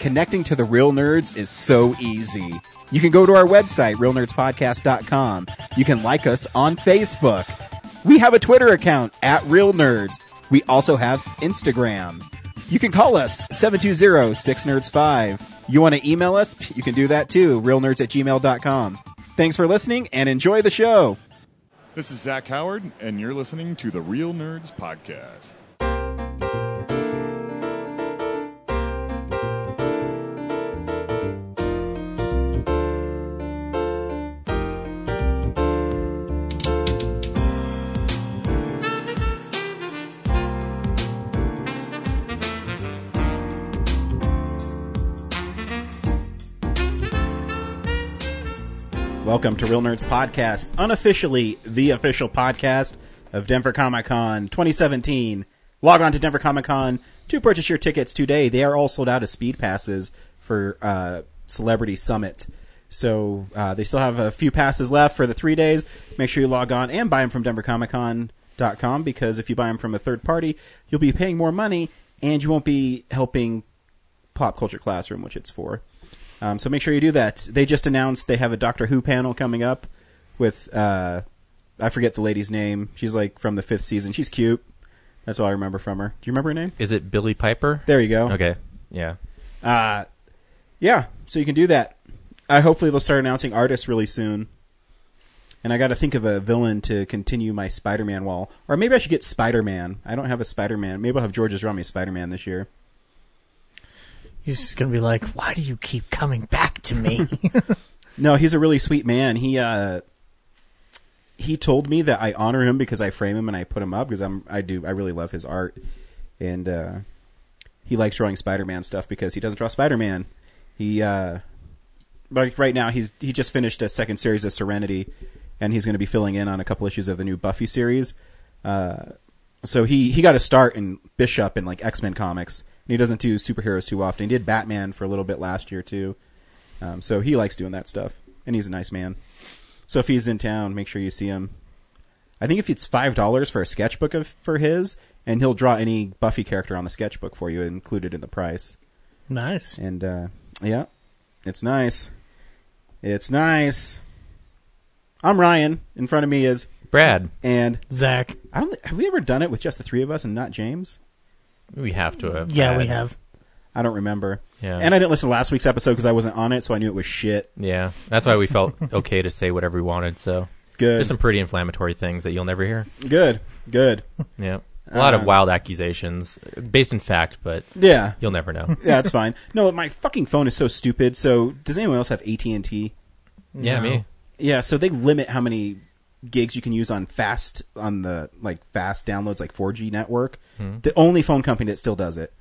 Connecting to the real nerds is so easy. You can go to our website, realnerdspodcast.com. You can like us on Facebook. We have a Twitter account at Real Nerds. We also have Instagram. You can call us 720 6 Nerds 5. You want to email us? You can do that too, realnerds at gmail.com. Thanks for listening and enjoy the show. This is Zach Howard, and you're listening to the Real Nerds Podcast. Welcome to Real Nerds Podcast, unofficially the official podcast of Denver Comic Con 2017. Log on to Denver Comic Con to purchase your tickets today. They are all sold out of speed passes for uh, Celebrity Summit. So uh, they still have a few passes left for the three days. Make sure you log on and buy them from DenverComicCon.com because if you buy them from a third party, you'll be paying more money and you won't be helping Pop Culture Classroom, which it's for. Um, so make sure you do that. They just announced they have a Doctor Who panel coming up with uh, I forget the lady's name. She's like from the fifth season. She's cute. That's all I remember from her. Do you remember her name? Is it Billy Piper? There you go. Okay. Yeah. Uh, yeah. So you can do that. I hopefully they'll start announcing artists really soon. And I got to think of a villain to continue my Spider-Man wall, or maybe I should get Spider-Man. I don't have a Spider-Man. Maybe I'll have George's draw me Spider-Man this year. He's just gonna be like, "Why do you keep coming back to me?" No, he's a really sweet man. He uh he told me that I honor him because I frame him and I put him up because I'm I do I really love his art and uh he likes drawing Spider-Man stuff because he doesn't draw Spider-Man. He uh like right now he's he just finished a second series of Serenity and he's going to be filling in on a couple issues of the new Buffy series. Uh so he he got a start in Bishop in like X-Men comics. And he doesn't do superheroes too often. He did Batman for a little bit last year too. Um, so he likes doing that stuff, and he's a nice man. So if he's in town, make sure you see him. I think if it's five dollars for a sketchbook of for his, and he'll draw any Buffy character on the sketchbook for you, included in the price. nice. And uh, yeah, it's nice. It's nice. I'm Ryan. In front of me is, Brad, and Zach. I don't. thi- Have we ever done it with just the three of us and not James? we have to have. Yeah, had- we have. I don't remember. Yeah. And I didn't listen to last week's episode because I wasn't on it, so I knew it was shit. Yeah, that's why we felt okay to say whatever we wanted. So Good. there's some pretty inflammatory things that you'll never hear. Good. Good. Yeah, a lot Uh. of wild accusations based in fact, but Yeah. you'll never know. yeah, that's fine. No, my fucking phone is so stupid. So, does anyone else have AT and T? Yeah, me. Yeah, so they limit how many gigs you can use on fast on the like fast downloads, like 4G network. The only phone company that still does it,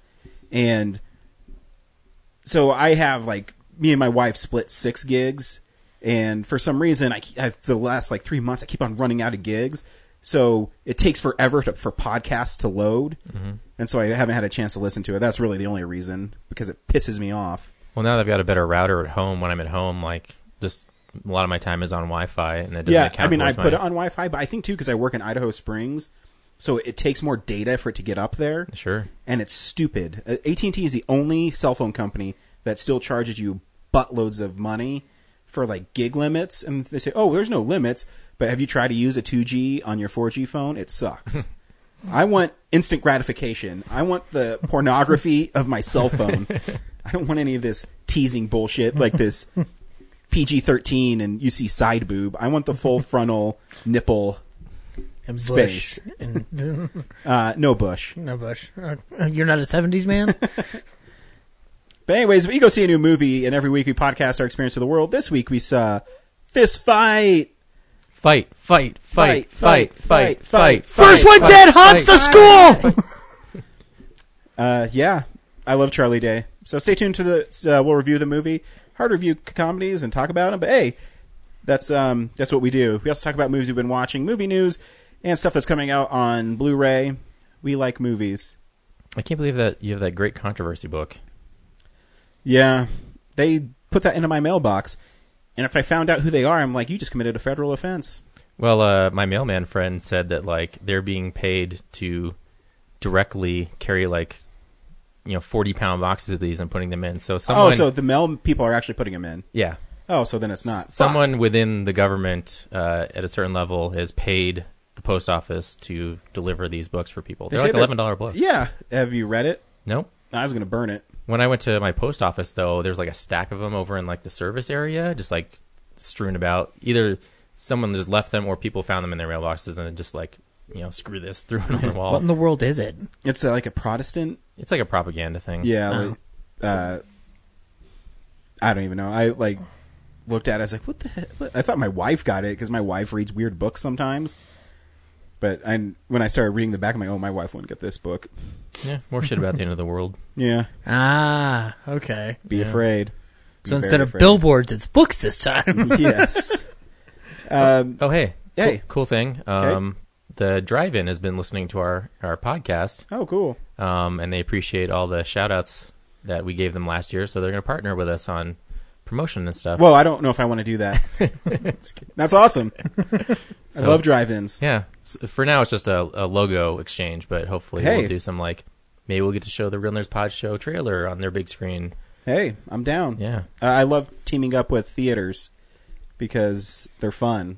and so I have like me and my wife split six gigs, and for some reason, I, ke- I for the last like three months I keep on running out of gigs. So it takes forever to, for podcasts to load, and so I haven't had a chance to listen to it. That's really the only reason because it pisses me off. Well, now that I've got a better router at home, when I'm at home, like just a lot of my time is on Wi-Fi, and that doesn't yeah, account I mean, I towards put my- it on Wi-Fi, but I think too because I work in Idaho Springs, so it takes more data for it to get up there, Sure. and it's stupid. AT and T is the only cell phone company that still charges you buttloads of money for like gig limits, and they say, "Oh, there's no limits," but have you tried to use a 2G on your 4G phone? It sucks. I want instant gratification. I want the pornography of my cell phone. I don't want any of this teasing bullshit like this PG 13 and you see side boob. I want the full frontal nipple. And Space. Bush. And Uh, no bush. no Bush. Uh, You're not a '70s man. But anyways, we go see a new movie, and every week we podcast our experience of the world. This week we saw Fist Fight. Fight, fight, fight, fight, fight, fight. First one dead. Hans the school. Uh, yeah, I love Charlie Day. So stay tuned to the. Uh, we'll review the movie, hard review c- comedies, and talk about them. But hey, that's um that's what we do. We also talk about movies we've been watching, movie news, and stuff that's coming out on Blu-ray. We like movies. I can't believe that you have that great controversy book. Yeah, they put that into my mailbox, and if I found out who they are, I'm like, you just committed a federal offense. Well, uh, my mailman friend said that like they're being paid to directly carry like you know forty pound boxes of these and putting them in. So someone, Oh, so the Mel people are actually putting them in. yeah, Oh, so then it's not. someone within the government uh, at a certain level has paid the post office to deliver these books for people. They They're say like they're- eleven dollar books. Yeah. Have you read it? No. I was going to burn it. When I went to my post office, though, there's like a stack of them over in like the service area, just like strewn about. Either someone just left them, or people found them in their mailboxes and just like, you know, screw this, threw it on the What wall. in the world is it? It's uh, like a Protestant. It's like a propaganda thing. Yeah. Like, uh, I don't even know. I like looked at. it. I was like, what the? Heck? I thought my wife got it because my wife reads weird books sometimes. But I, when I started reading the back, I'm like, oh, my wife wouldn't get this book. yeah. More shit about the end of the world. Yeah. Ah, okay. Be afraid. Be So very instead of afraid. billboards, it's books this time. yes. Um, Oh, hey. Hey. Cool, cool thing. Um, The drive in has been listening to our, our podcast, oh, cool. um, and they appreciate all the shout outs that we gave them last year. So they're going to partner with us on promotion and stuff. Well, I don't know if I want to do that. That's awesome. I So- love drive-ins. Yeah. S for now, it's just a, a logo exchange, but hopefully Hey. we'll do some like maybe we'll get to show the Real Nerds Pod Show trailer on their big screen. Hey, I'm down. Yeah. Uh, I love teaming up with theaters because they're fun,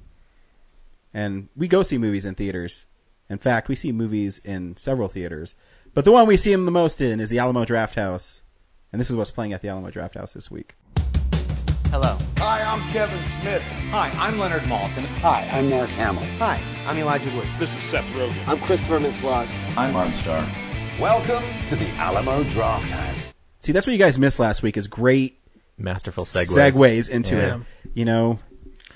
and we go see movies in theaters. In fact, we see movies in several theaters, but the one we see them the most in is the Alamo Draft House, and this is what's playing at the Alamo Draft House this week. Hello. Hi, I'm Kevin Smith. Hi, I'm Leonard Maltin. Hi, I'm Mark Hamill. Hi, I'm Elijah Wood. This is Seth Rogen. I'm Christopher Mintz-Plasse. I'm Ron Star. Welcome to the Alamo Draft House. See, that's what you guys missed last week is great Masterful segues. segues, into Yeah. it. You know,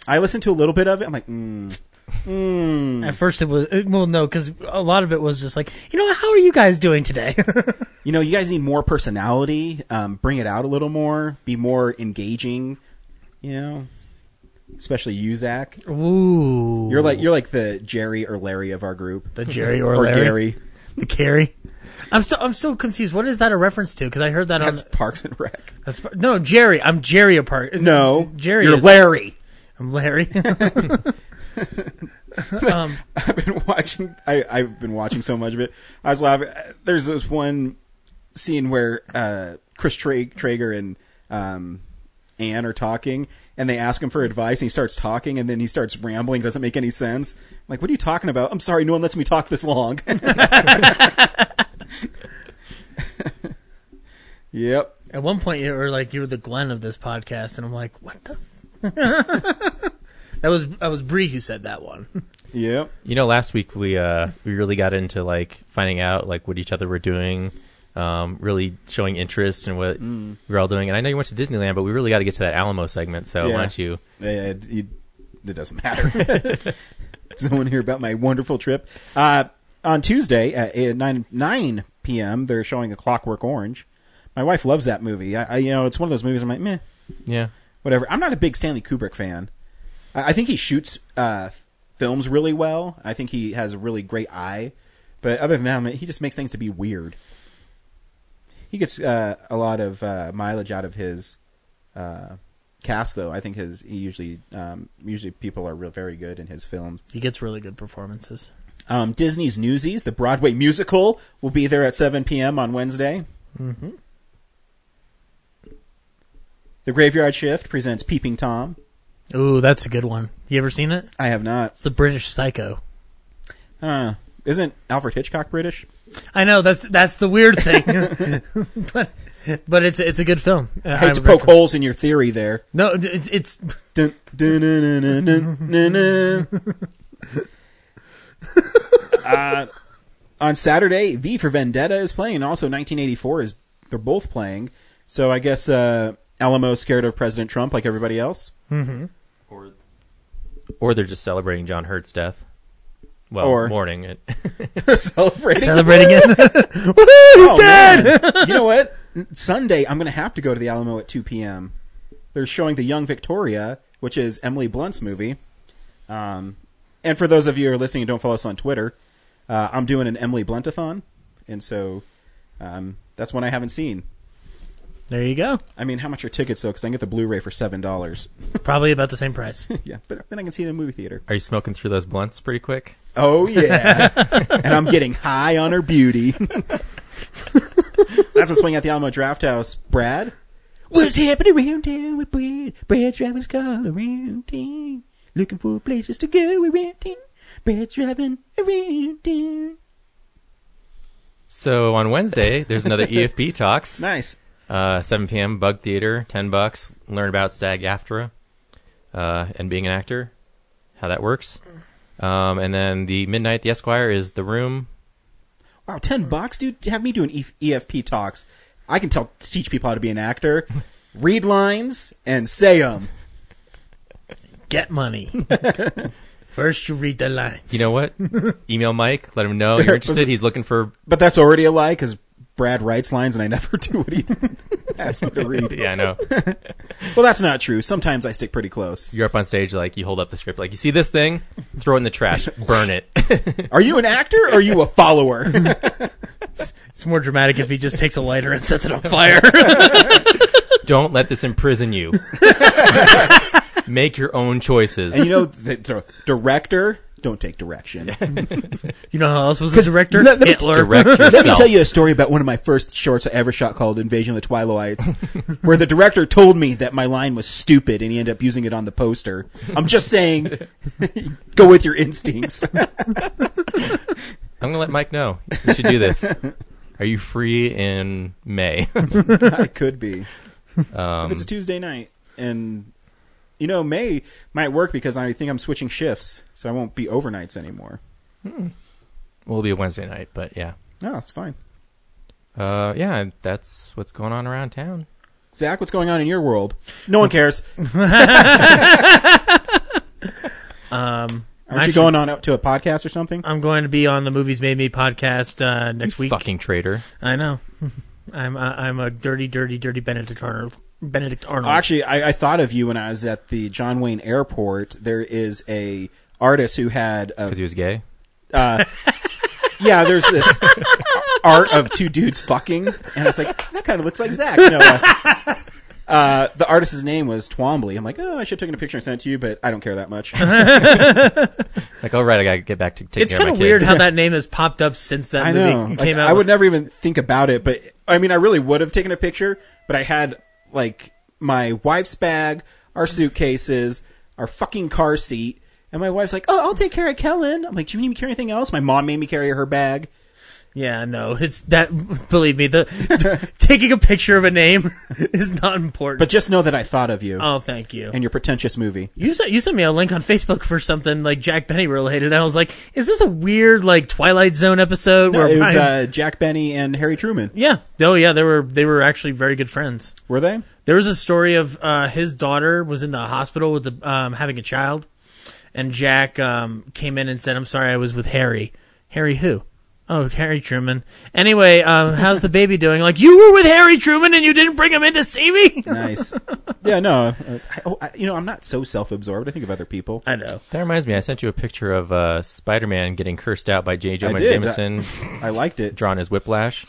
I listened to a little bit of it. I'm like, mm, mm. At first, it was it- well, no, because a lot of it was just like, you know, how are you guys doing today? you know, you guys need more personality. Um, bring it out a little more. Be more engaging. You know, especially you, Zach. Ooh, You're like you're like the Jerry or Larry of our group, the Jerry or, or Larry, Gary. the Carrie. I'm still I'm still confused. What is that a reference to? Because I heard that That's on Parks and Rec. that's no Jerry. I'm Jerry apart. No, Jerry You're is- Larry. I'm Larry. Um, I've been watching. I, I've been watching so much of it. I was laughing. There's this one scene where uh, Chris Tra- Traeger and um, Anne are talking, and they ask him for advice, and he starts talking, and then he starts rambling. Doesn't make any sense. I'm like, what are you talking about? I'm sorry, no one lets me talk this long. yep. At one point, you were like, you were the Glenn of this podcast, and I'm like, what the. F-? that was that was Bree who said that one. Yep. You know, last week we uh we really got into like finding out like what each other were doing, um, really showing interest in what Mm. we were all doing. And I know you went to Disneyland, but we really got to get to that Alamo segment. So Yeah. why don't you? Yeah, yeah, it, you- it doesn't matter. Does anyone hear about my wonderful trip? Uh, on Tuesday at eh, eight- 9, 9 p.m., they're showing A Clockwork Orange. My wife loves that movie. I, I, you know, it's one of those movies I'm like, meh, Yeah. whatever. I'm not a big Stanley Kubrick fan. I, I think he shoots uh, films really well. I think he has a really great eye. But other than that, I'm like, he just makes things to be weird. He gets uh, a lot of uh, mileage out of his uh, cast, though. I think his he usually um, usually people are real very good in his films. He gets really good performances. Um, Disney's Newsies, the Broadway musical, will be there at 7 p.m. on Wednesday. The Graveyard Shift presents Peeping Tom. Ooh, that's a good one. You ever seen it? I have not. It's the British Psycho. Huh. Isn't Alfred Hitchcock British? I know that's that's the weird thing, but but it's it's a good film. Uh, I hate to poke holes in your theory there. No, it's it's Dun, dun, dun, dun, dun, dun, dun, dun. Uh, on Saturday, V for Vendetta is playing, and also 1984 is. They're both playing. So I guess uh, Alamo scared of President Trump like everybody else, Or they're just celebrating John Hurt's death. Well, Or- mourning it. celebrating. celebrating it. he's Oh, dead. Oh, you know what? Sunday, I'm going to have to go to the Alamo at 2 p.m. They're showing The Young Victoria, which is Emily Blunt's movie. Um, and for those of you who are listening and don't follow us on Twitter, uh, I'm doing an Emily Bluntathon, and so um, that's one I haven't seen. There you go. I mean, how much are tickets though? Because I can get the Blu-ray for seven dollars. Probably about the same price. yeah, but then I can see it in a movie theater. Are you smoking through those blunts pretty quick? Oh yeah, and I'm getting high on her beauty. That's That's what's going at the Alamo Draft House. Brad, what's happening around town with Brad? Brad's driving his car around town, looking for places to go around town. Brad's driving around town. So on Wednesday, there's another EFB Talks. Nice. Uh, 7 p.m. Bug Theater, 10 bucks. Learn about SAG-AFTRA uh, and being an actor, how that works. Um, and then the midnight, the Esquire is the room. Wow, ten bucks, dude. Have me doing E- EFP talks. I can tell teach people how to be an actor, read lines, and say them. Get money. First, you read the lines. You know what? Email Mike, let him know you're interested. He's looking for But that's already a lie because Brad writes lines and I never do what he asks me to read. yeah, I know. Well, that's not true. Sometimes I stick pretty close. You're up on stage, like you hold up the script, like you see this thing, throw it in the trash, burn it. Are you an actor or are you a follower? it's more dramatic if he just takes a lighter and sets it on fire. Don't let this imprison you. Make your own choices. and you know, the, the director, don't take direction. you know how else was the director? let- let me Hitler. Direct Let me yourself. tell you a story about one of my first shorts I ever shot called Invasion of the Twilights, where the director told me that my line was stupid and he ended up using it on the poster. I'm just saying, go with your instincts. I'm gonna let Mike know. You should do this. Are you free in May? I could be. if it's a Tuesday night and. You know, May might work because I think I'm switching shifts, so I won't be overnights anymore. we'll be a Wednesday night, but yeah, No, it's fine. uh, yeah, that's what's going on around town. Zach, what's going on in your world? No one cares. Um, Aren't actually, you going on out to a podcast or something? I'm going to be on the Movies Made Me podcast uh, next week. Fucking traitor. I know. I'm uh, I'm a dirty, dirty, dirty Benedict Arnold. Benedict Arnold. Actually, I, I thought of you when I was at the John Wayne Airport. There is a artist who had a, Because he was gay. Uh, yeah. There's this art of two dudes fucking, and I was like, that kind of looks like Zach. No, uh, uh, the artist's name was Twombly. I'm like, oh, I should have taken a picture and sent it to you, but I don't care that much. I Like, all right, I gotta get back to taking it's care of kind my of weird kid. how that name has popped up since that movie know. Like, came out. I would never even think about it, but I mean, I really would have taken a picture, but I had like my wife's bag, our suitcases, our fucking car seat, and my wife's like, "Oh, I'll take care of Kellen." I'm like, "Do you need me to carry anything else?" My mom made me carry her bag. Yeah, no, it's that. Believe me, the taking a picture of a name is not important. But just know that I thought of you oh, thank you. and your pretentious movie. you sent you sent me a link on Facebook for something like Jack Benny related, and I was like, "Is this a weird like Twilight Zone episode?" where it was Ryan- uh, Jack Benny and Harry Truman. yeah, oh yeah, they were they were actually very good friends. Were they? There was a story of uh, his daughter was in the hospital with the, um, having a child, and Jack um, came in and said, "I'm sorry, I was with Harry. Harry who? Oh, Harry Truman. Anyway, um, how's the baby doing? Like you were with Harry Truman and you didn't bring him in to see me. Nice. yeah, no. uh, I, oh, I, you know, I'm not so self-absorbed. I think of other people. I know. That reminds me, I sent you a picture of uh, Spider-Man getting cursed out by J. I Jonah did. Jameson, I liked it. drawn as Whiplash.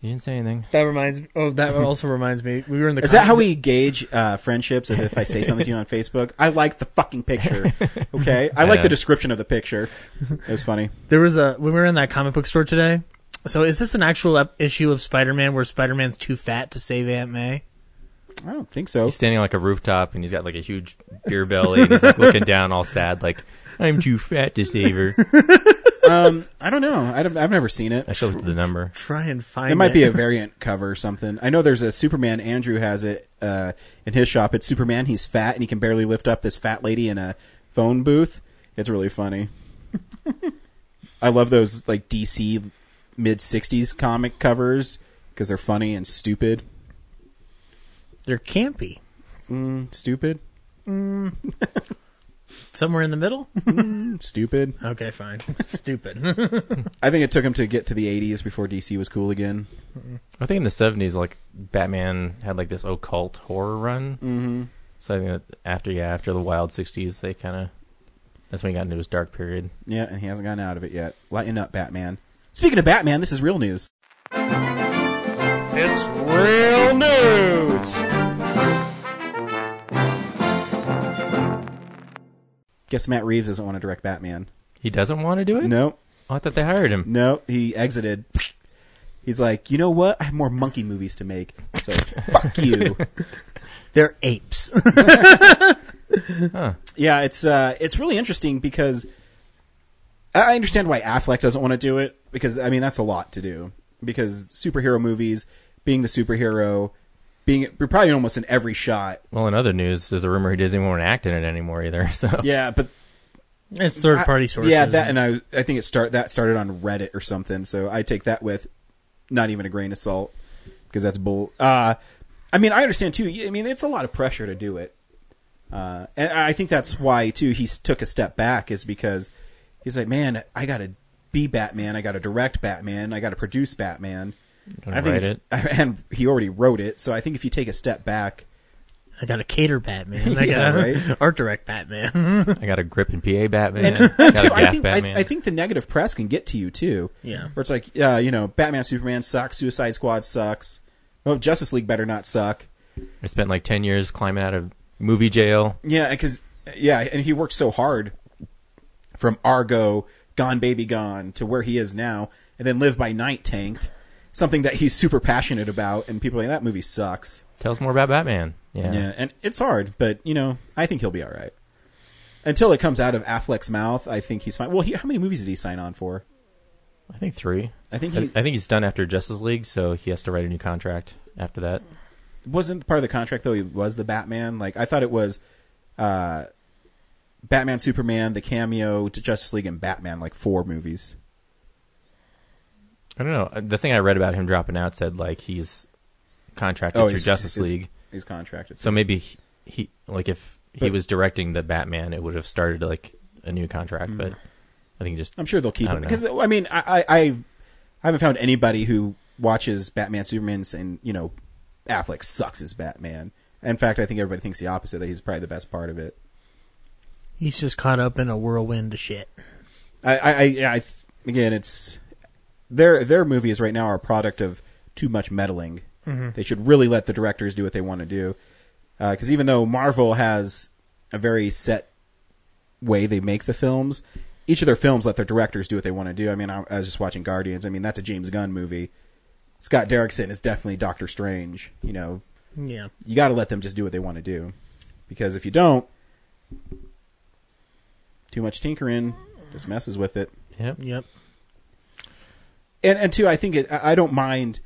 You didn't say anything. That reminds. me. Oh, that also reminds me. We were in the. Is that how we gauge uh, friendships? If, if I say something to you on Facebook, I like the fucking picture. Okay, I like know. the description of the picture. It was funny. There was a we were in that comic book store today. So is this an actual ep- issue of Spider-Man where Spider-Man's too fat to save Aunt May? I don't think so. He's standing on like a rooftop, and he's got like a huge beer belly, and he's like looking down, all sad, like I'm too fat to save her. Um, I don't know. I don't, I've never seen it. I should look at the number. Try and find. It might be a variant cover or something. I know there's a Superman. Andrew has it uh, in his shop. It's Superman. He's fat and he can barely lift up this fat lady in a phone booth. It's really funny. I love those like DC mid '60s comic covers because they're funny and stupid. There can't be Stupid. somewhere in the middle. Stupid. Okay, fine. Stupid. I think it took him to get to the 80s before DC was cool again. I think in the seventies, like Batman had like this occult horror run. Mm-hmm. So I think that after yeah, after the wild sixties, they kind of that's when he got into his dark period. Yeah, and he hasn't gotten out of it yet. Lighten up, Batman. Speaking of Batman, this is real news. It's real news. Guess Matt Reeves doesn't want to direct Batman. He doesn't want to do it. No, oh, I thought they hired him. no, he exited. He's like, you know what? I have more monkey movies to make, so fuck you. They're apes. Yeah, it's uh, it's really interesting because I I understand why Affleck doesn't want to do it because I mean that's a lot to do because superhero movies, being the superhero, being you're probably almost in every shot. Well, in other news, there's a rumor he doesn't even want to act in it anymore either. So Yeah, but it's third party sources. Yeah, that and uh, I I think it start that started on Reddit or something. So I take that with not even a grain of salt because that's bull. Uh, I mean, I understand too. I mean, it's a lot of pressure to do it, uh, and I think that's why too he s- took a step back is because he's like, man, I gotta be Batman. I gotta direct Batman. I gotta produce Batman. Gonna I think write it's- and he already wrote it. So I think if you take a step back, I got to cater Batman. I Yeah, got to right. art direct Batman. I got a grip and PA Batman. I got Dude, a I gaff think I, Batman. I think the negative press can get to you too. Yeah. where it's like, uh, you know, Batman, Superman sucks, Suicide Squad sucks. Well, Justice League better not suck. I spent like ten years climbing out of movie jail. Yeah, because yeah, and he worked so hard from Argo, Gone Baby Gone, to where he is now, and then Live by Night tanked, something that he's super passionate about, and people are like that movie sucks. Tell us more about Batman. Yeah. Yeah, and it's hard, but you know, I think he'll be all right. Until it comes out of Affleck's mouth, I think he's fine. Well, he, how many movies did he sign on for? I think three. I think I, he I think he's done after Justice League, so he has to write a new contract after that. wasn't part of the contract though. He was the Batman. Like I thought it was, uh, Batman, Superman, the cameo, to Justice League, and Batman. Like four movies. I don't know. The thing I read about him dropping out said like he's contracted Oh, through Justice he's- League, He's, contracted. so maybe he, he like if he But- was directing the Batman, it would have started like a new contract. But I think just Hmm. I'm sure they'll keep I him don't know. because I mean I, I I haven't found anybody who watches Batman, Superman, and you know Affleck sucks as Batman. In fact, I think everybody thinks the opposite. That he's probably the best part of it. He's just caught up in a whirlwind of shit. I, I, I, yeah, I th- again, it's their their movies right now are a product of too much meddling. They should really let the directors do what they want to do, because even though Marvel has a very set way they make the films, each of their films let their directors do what they want to do. I mean, I, I was just watching Guardians. I mean, that's a James Gunn movie. Scott Derrickson is definitely Doctor Strange. You know, Yeah. you got to let them just do what they want to do, because if you don't, too much tinkering just messes with it yep. Yep. and and two, I think it, I I don't mind.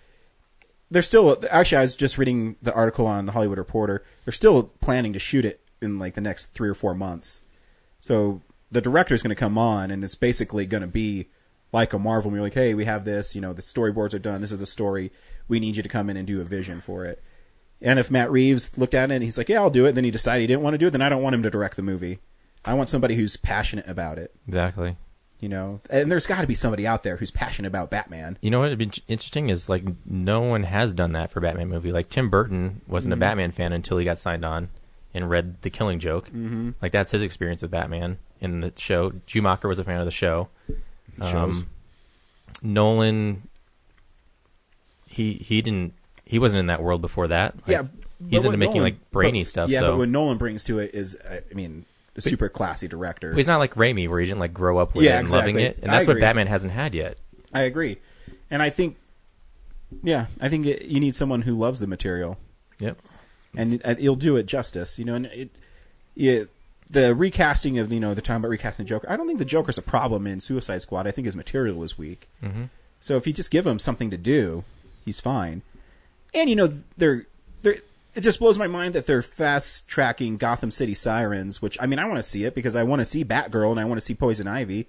They're still actually. I was just reading the article on the Hollywood Reporter. They're still planning to shoot it in like the next three or four months. So the director's going to come on, and it's basically going to be like a Marvel movie. Like, hey, we have this. You know, the storyboards are done. This is the story. We need you to come in and do a vision for it. And if Matt Reeves looked at it and he's like, yeah, I'll do it, then he decided he didn't want to do it, then I don't want him to direct the movie. I want somebody who's passionate about it. Exactly. You know, and there's got to be somebody out there who's passionate about Batman. You know what would be int- interesting is like no one has done that for Batman movie. Like Tim Burton wasn't Mm-hmm. a Batman fan until he got signed on and read The Killing Joke. Mm-hmm. Like that's his experience with Batman in the show. Schumacher was a fan of the show. Um, Shows. Nolan, he he didn't he wasn't in that world before that. Like, yeah, he's but into what making like brainy but- stuff. Yeah, so but what Nolan brings to it is, uh, I I mean, a super classy director. he's not like Raimi where he didn't like grow up with Yeah, it and loving exactly. it, and I that's what agree. Batman hasn't had yet. I agree, and I think, yeah, I think it, you need someone who loves the material, Yep. and uh, you'll do it justice. You know, and it, yeah, the recasting of you know the time about recasting the Joker. I don't think the Joker's a problem in Suicide Squad. I think his material was weak. Mm-hmm. So if you just give him something to do, he's fine. And you know they're they're. It just blows my mind that they're fast tracking Gotham City Sirens, which I mean I want to see it because I want to see Batgirl and I want to see Poison Ivy,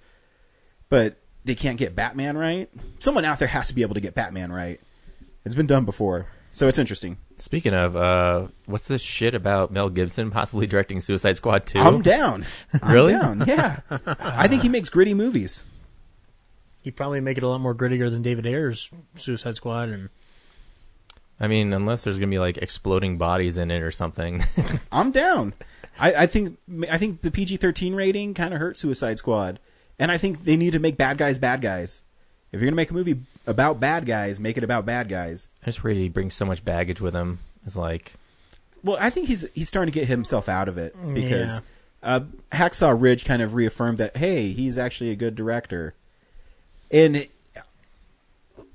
but they can't get Batman right. Someone out there has to be able to get Batman right. It's been done before, so it's interesting. Speaking of, uh, what's this shit about Mel Gibson possibly directing Suicide Squad 2? I'm down. I'm Really? down. Yeah. I think he makes gritty movies. He'd probably make it a lot more grittier than David Ayer's Suicide Squad and I mean, unless there's gonna be like exploding bodies in it or something. I'm down. I, I think I think the PG-13 rating kind of hurt Suicide Squad, and I think they need to make bad guys bad guys. If you're gonna make a movie about bad guys, make it about bad guys. I just worry he brings so much baggage with him. It's like, Well, I think he's he's starting to get himself out of it because Yeah. uh, Hacksaw Ridge kind of reaffirmed that hey, he's actually a good director, and it-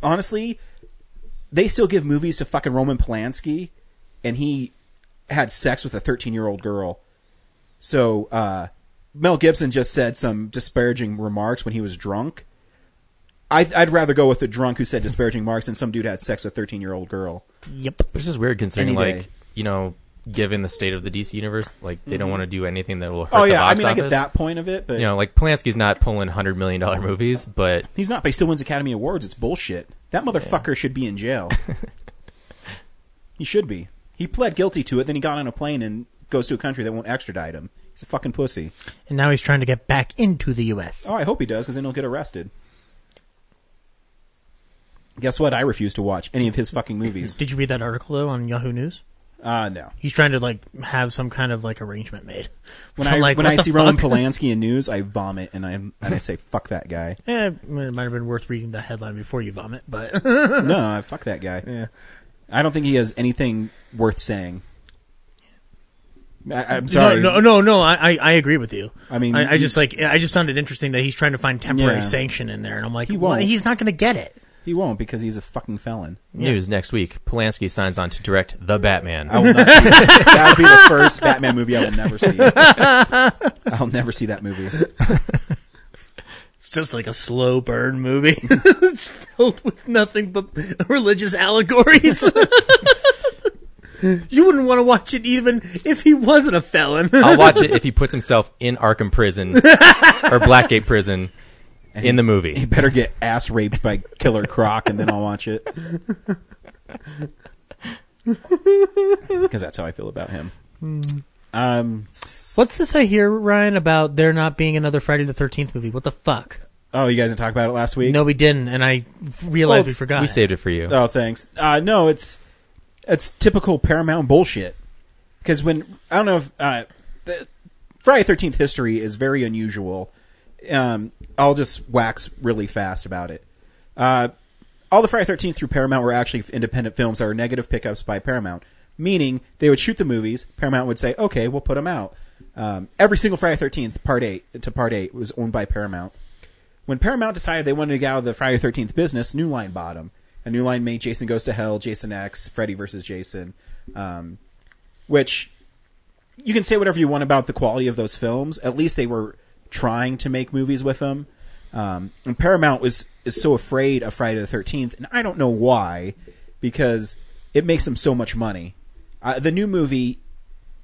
honestly, they still give movies to fucking Roman Polanski, and he had sex with a 13 year old girl. So uh, Mel Gibson just said some disparaging remarks when he was drunk. I, I'd rather go with the drunk who said disparaging remarks than some dude who had sex with a 13 year old girl. Yep. Which is weird considering, Any like, day. Mm-hmm. you know, given the state of the DC universe, like, they don't want to do anything that will hurt Oh the yeah, I box mean I get office. that point of it, but You know, like, Polanski's not pulling $100 million movies, but he's not. But he still wins Academy Awards. It's bullshit. That motherfucker should be in jail. he should be. He pled guilty to it, then he got on a plane and goes to a country that won't extradite him. He's a fucking pussy. And now he's trying to get back into the U.S. Oh, I hope he does, because then he'll get arrested. Guess what? I refuse to watch any of his fucking movies. Did you read that article though on Yahoo News? Uh no. He's trying to like have some kind of like arrangement made. When I'm I like, when what I the see Roman fuck? Polanski in news, I vomit and I and I say fuck that guy. Eh, it might have been worth reading the headline before you vomit, but No, I fuck that guy. Yeah. I don't think he has anything worth saying. I, I'm sorry. No, no, no, no. I, I, I agree with you. I mean, I, I you- just like I just found it interesting that he's trying to find temporary Yeah. sanction in there, and I'm like, He well, won't. he's not going to get it. He won't because he's a fucking felon. news next week Polanski signs on to direct The Batman. I will not. See that. that would be the first Batman movie I will never see. I'll never see that movie. It's just like a slow burn movie. it's filled with nothing but religious allegories. you wouldn't want to watch it even if he wasn't a felon. I'll watch it if he puts himself in Arkham Prison or Blackgate Prison in the He movie. better get ass raped by Killer Croc, and then I'll watch it. Because that's how I feel about him. Um. What's this I hear, Ryan, about there not being another Friday the Thirteenth movie? What the fuck? Oh, you guys didn't talk about it last week. No, we didn't, and I f- realized Well, we forgot. We saved it for you. Oh, thanks. Uh, no, it's it's typical Paramount bullshit. Because when I don't know if uh, the Friday Thirteenth history is very unusual. Um, I'll just wax really fast about it. Uh, all the Friday Thirteenth through Paramount were actually independent films that were negative pickups by Paramount, meaning they would shoot the movies. Paramount would say, "Okay, we'll put them out." Um, every single Friday Thirteenth Part Eight to Part Eight was owned by Paramount. When Paramount decided they wanted to get out of the Friday Thirteenth business, New Line bought them. And New Line made Jason Goes to Hell, Jason X, Freddy versus Jason, um, which you can say whatever you want about the quality of those films. At least they were trying to make movies with them. Um, and Paramount was is so afraid of Friday the Thirteenth, and I don't know why, because it makes them so much money. Uh, the new movie,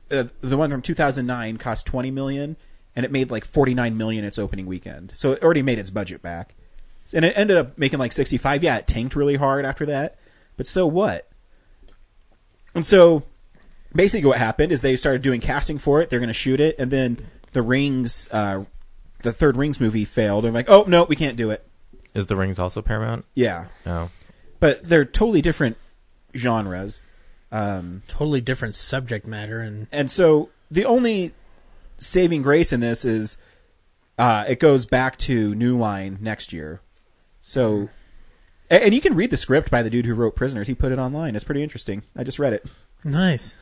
uh, the one from 2009, cost 20 million, and it made like 49 million its opening weekend. So it already made its budget back, and it ended up making like 65. Yeah, it tanked really hard after that, but so what? And so basically what happened is they started doing casting for it. They're going to shoot it, and then the Rings, uh, the third Rings movie failed. And like, oh no, we can't do it. Is The Rings also Paramount? Yeah, No. but they're totally different genres, um, Totally different subject matter, and and so the only saving grace in this is uh, it goes back to New Line next year. So, a- and you can read the script by the dude who wrote Prisoners. He put it online. It's pretty interesting. I just read it. nice.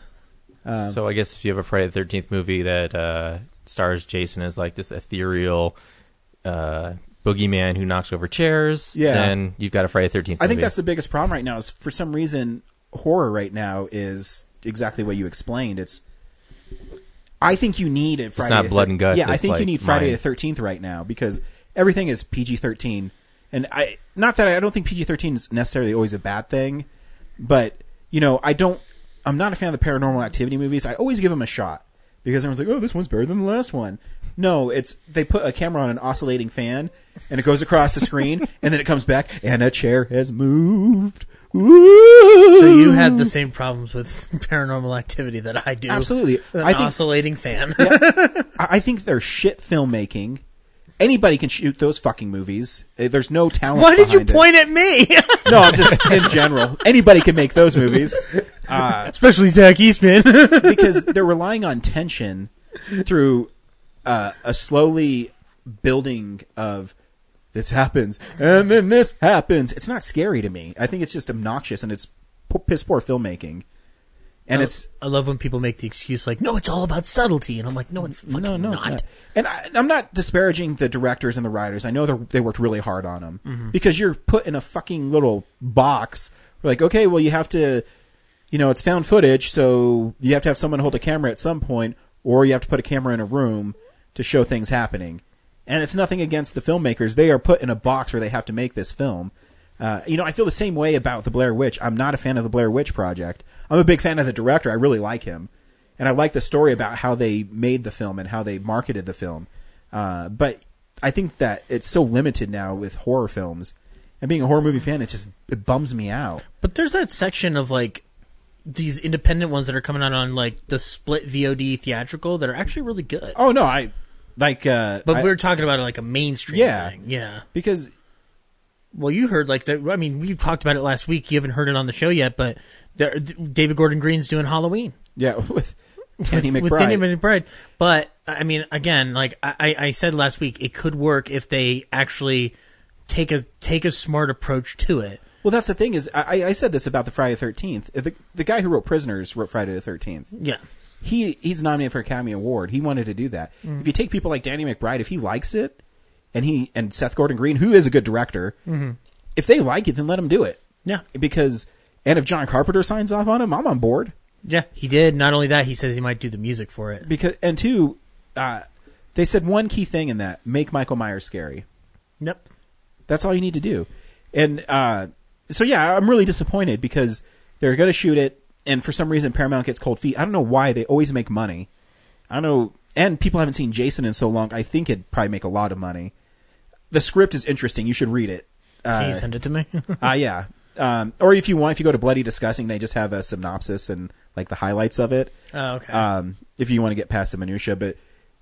Um, so I guess if you have a Friday the Thirteenth movie that uh, stars Jason as like this ethereal uh, boogeyman who knocks over chairs, Yeah. then you've got a Friday the Thirteenth. I think that's the biggest problem right now is for some reason horror right now is exactly what you explained. It's I think you need a Friday. not the blood and guts, Yeah, I it's think you like need Friday mine. the Thirteenth right now because everything is PG thirteen, and I not that I don't think PG thirteen is necessarily always a bad thing, but you know I don't. I'm not a fan of the Paranormal Activity movies. I always give them a shot because everyone's like, "Oh, this one's better than the last one." No, it's they put a camera on an oscillating fan and it goes across the screen and then it comes back and a chair has moved. Woo! So you had the same problems with Paranormal Activity that I do. Absolutely. an I think- oscillating fan. I I think they're shit filmmaking. Anybody can shoot those fucking movies. Uh, There's no talent. Why did you behind it. point at me? No, I'm just in general. Anybody can make those movies Especially Zach Eastman. because they're relying on tension through uh, a slowly building of this happens and then this happens. It's not scary to me. I think it's just obnoxious and it's p- piss poor filmmaking. And it's I love when people make the excuse like, "No, it's all about subtlety," and I'm like, "No, it's fucking no, no, not. it's not. And I, and I'm not disparaging the directors Mm-hmm. and the writers. I know they're- they worked really hard on them because you're put in a fucking little box We're like, okay, well, you have to, you know, it's found footage, so you have to have someone hold a camera at some point, or you have to put a camera in a room to show things happening. And it's nothing against the filmmakers; they are put in a box where they have to make this film. Uh, you know, I feel the same way about the Blair Witch. I'm not a fan of the Blair Witch Project. I'm a big fan of the director. I really like him, and I like the story about how they made the film and how they marketed the film. Uh, but I think that it's so limited now with horror films. And being a horror movie fan, it just it bums me out. But there's that section of like these independent ones that are coming out on like the split VOD theatrical that are actually really good. Oh no, I like. Uh, But I- we're talking about like a mainstream Yeah. thing. Yeah. because Well, you heard like that. I mean, we talked about it last week. You haven't heard it on the show yet, but there, David Gordon Green's doing Halloween yeah with Danny McBride. with Danny McBride. But I mean, again, like I, I I said last week, it could work if they actually take a take a smart approach to it. well, that's the thing is I, I- I said this about the Friday the Thirteenth. The the guy who wrote Prisoners wrote Friday the Thirteenth. Yeah. He he's nominated for an Academy Award. He wanted to do that. If you take people like Danny McBride, if he likes it, and he and Seth Gordon Green, who is a good director, if they like it, then let him do it. Yeah. Because and if John Carpenter signs off on him, I'm on board. Yeah, he did. Not only that, he says he might do the music for it. because and two, uh, they said one key thing in that make Michael Myers scary. Yep. That's all you need to do. And uh, so yeah, I'm really disappointed because they're going to shoot it, and for some reason Paramount gets cold feet. I don't know why they always make money. I don't know, and people haven't seen Jason in so long. I think it'd probably make a lot of money. The script is interesting. You should read it. Can you send it to me? Ah, yeah. Um, or if you want, if you go to Bloody Discussing, they just have a synopsis and like the highlights of it. Oh, okay. Um, if you want to get past the minutia, but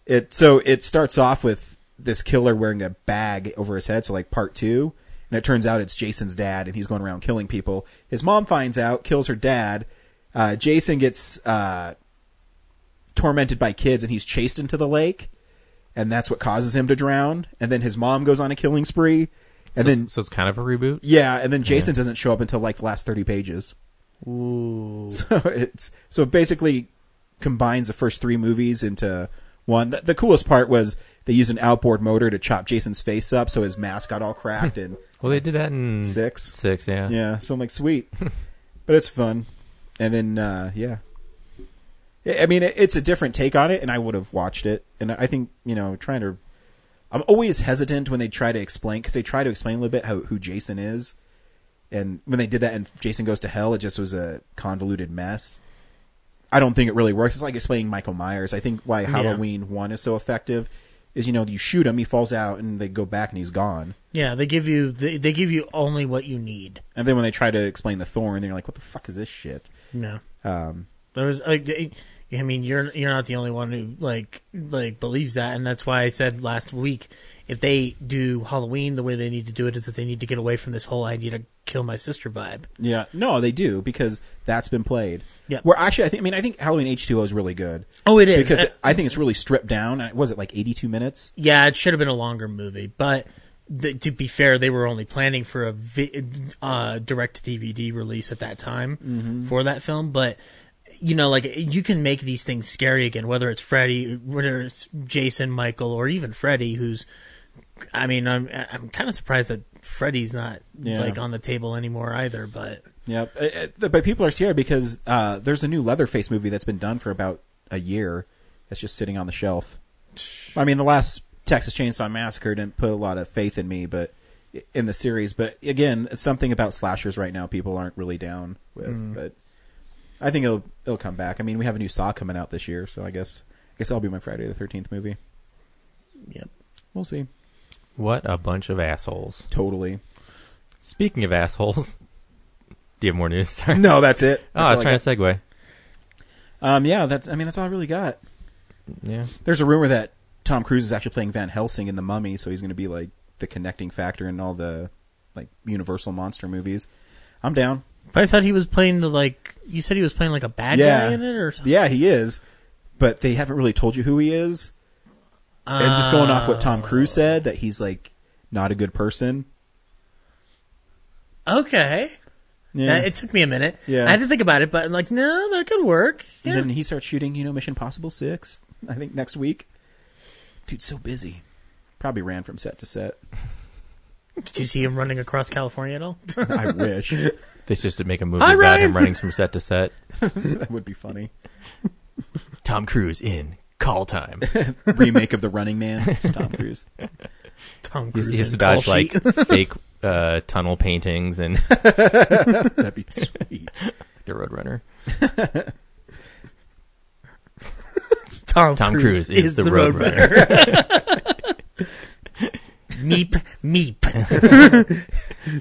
it so it starts off with this killer wearing a bag over his head, so like part two, and it turns out it's Jason's dad, and he's going around killing people. His mom finds out, kills her dad. Uh, Jason gets uh, tormented by kids, and he's chased into the lake, and that's what causes him to drown. And then his mom goes on a killing spree, and so, then it's, so it's kind of a reboot. yeah, and then Jason doesn't show up until like the last thirty pages. Ooh. So it's so it basically combines the first three movies into one. The, the coolest part was they used an outboard motor to chop Jason's face up, so his mask got all cracked and Well, they did that in Six. Six, yeah. yeah. So I'm like, sweet, but it's fun. And then uh, yeah, I I mean it, it's a different take on it, and I would have watched it. And I think you know trying to, I'm always hesitant when they try to explain because they try to explain a little bit how who Jason is, and when they did that and Jason goes to hell, it just was a convoluted mess. I don't think it really works. It's like explaining Michael Myers. I think why Halloween one is so effective is you know you shoot him, he falls out, and they go back and he's gone. yeah, they give you they, they give you only what you need. And then when they try to explain the thorn, they're like, "What the fuck is this shit?" No. Um, There was like they- I mean you're you're not the only one who like like believes that and that's why I said last week if they do Halloween the way they need to do it is that they need to get away from this whole I need to kill my sister vibe. yeah, no, they do because that's been played. Yeah. Where actually, I think, I mean, I think Halloween H two O is really good. Oh, it is. because Uh, I think it's really stripped down. and it- Was it like eighty two minutes? Yeah, it should have been a longer movie, but th- to be fair, they were only planning for a vi- uh, direct DVD release at that time Mm-hmm. for that film. But you know, like you can make these things scary again, whether it's Freddy, whether it's Jason, Michael, or even Freddy, who's. I mean, I'm I'm kind of surprised that Freddy's not Yeah. like on the table anymore either. But Yep. Uh, uh, the- But people are scared because uh, there's a new Leatherface movie that's been done for about a year that's just sitting on the shelf. I mean, the last Texas Chainsaw Massacre didn't put a lot of faith in me, but in the series. But again, it's something about slashers right now people aren't really down with. Mm. But I think it'll it'll come back. I mean, we have a new Saw coming out this year, so I guess I guess that'll be my Friday the Thirteenth movie. yep, We'll see. What a bunch of assholes. Totally. Speaking of assholes, do you have more news? Sorry. No, that's it. oh, I That's was all I trying to segue. got. Um, yeah, that's. I mean, that's all I really got. Yeah. There's a rumor that Tom Cruise is actually playing Van Helsing in The Mummy, so he's going to be like the connecting factor in all the like Universal monster movies. I'm down. but I thought he was playing the like you said he was playing like a bad yeah, guy in it or something. yeah, he is, but they haven't really told you who he is. and just going off what Oh. Tom Cruise said, that he's like not a good person. Okay. Yeah. Uh, It took me a minute. Yeah. I had to think about it, but I'm like, no, that could work. Yeah. And then he starts shooting, you know, Mission Possible Six. I think next week. Dude's so busy. Probably ran from set to set. Did you see him running across California at all? I wish. They just make a movie Hi, about Ryan! him running from set to set. That would be funny. Tom Cruise in Call Time. Remake of the Running Man, just Tom Cruise. He's, Tom Cruise he's in about call like sheet. fake uh, tunnel paintings and That'd be sweet. the Roadrunner. Tom, Tom Cruise is the Road meep meep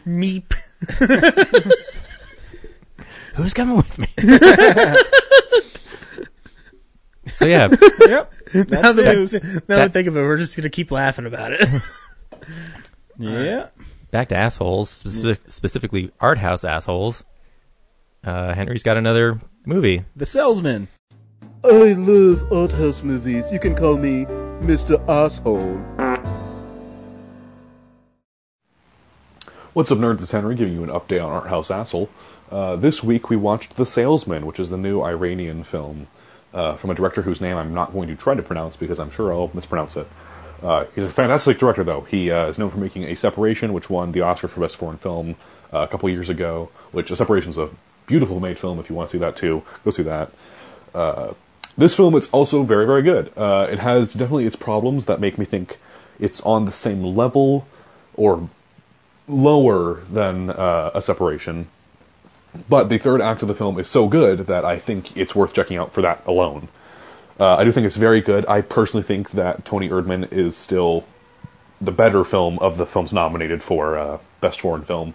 meep. Who's coming with me? so yeah, yep, that's that- news. Now that I think of it, we're just gonna keep laughing about it. Yeah, back to assholes, speci- specifically art house assholes. Uh, Henry's got another movie. the salesman. I love art house movies. You can call me Mr. Asshole. What's up, nerds? It's Henry giving you an update on Art House Asshole. Uh, this week we watched The Salesman, which is the new Iranian film uh, from a director whose name I'm not going to try to pronounce because I'm sure I'll mispronounce it. Uh, he's a fantastic director, though. He uh, is known for making A Separation, which won the Oscar for Best Foreign Film uh, a couple years ago, which A Separation is a beautiful made film. If you want to see that too, go see that. Uh, This film is also very, very good. Uh, it has definitely its problems that make me think it's on the same level or lower than uh, a separation. But the third act of the film is so good that I think it's worth checking out for that alone. Uh, I do think it's very good. I personally think that Tony Erdman is still the better film of the films nominated for uh, Best Foreign Film.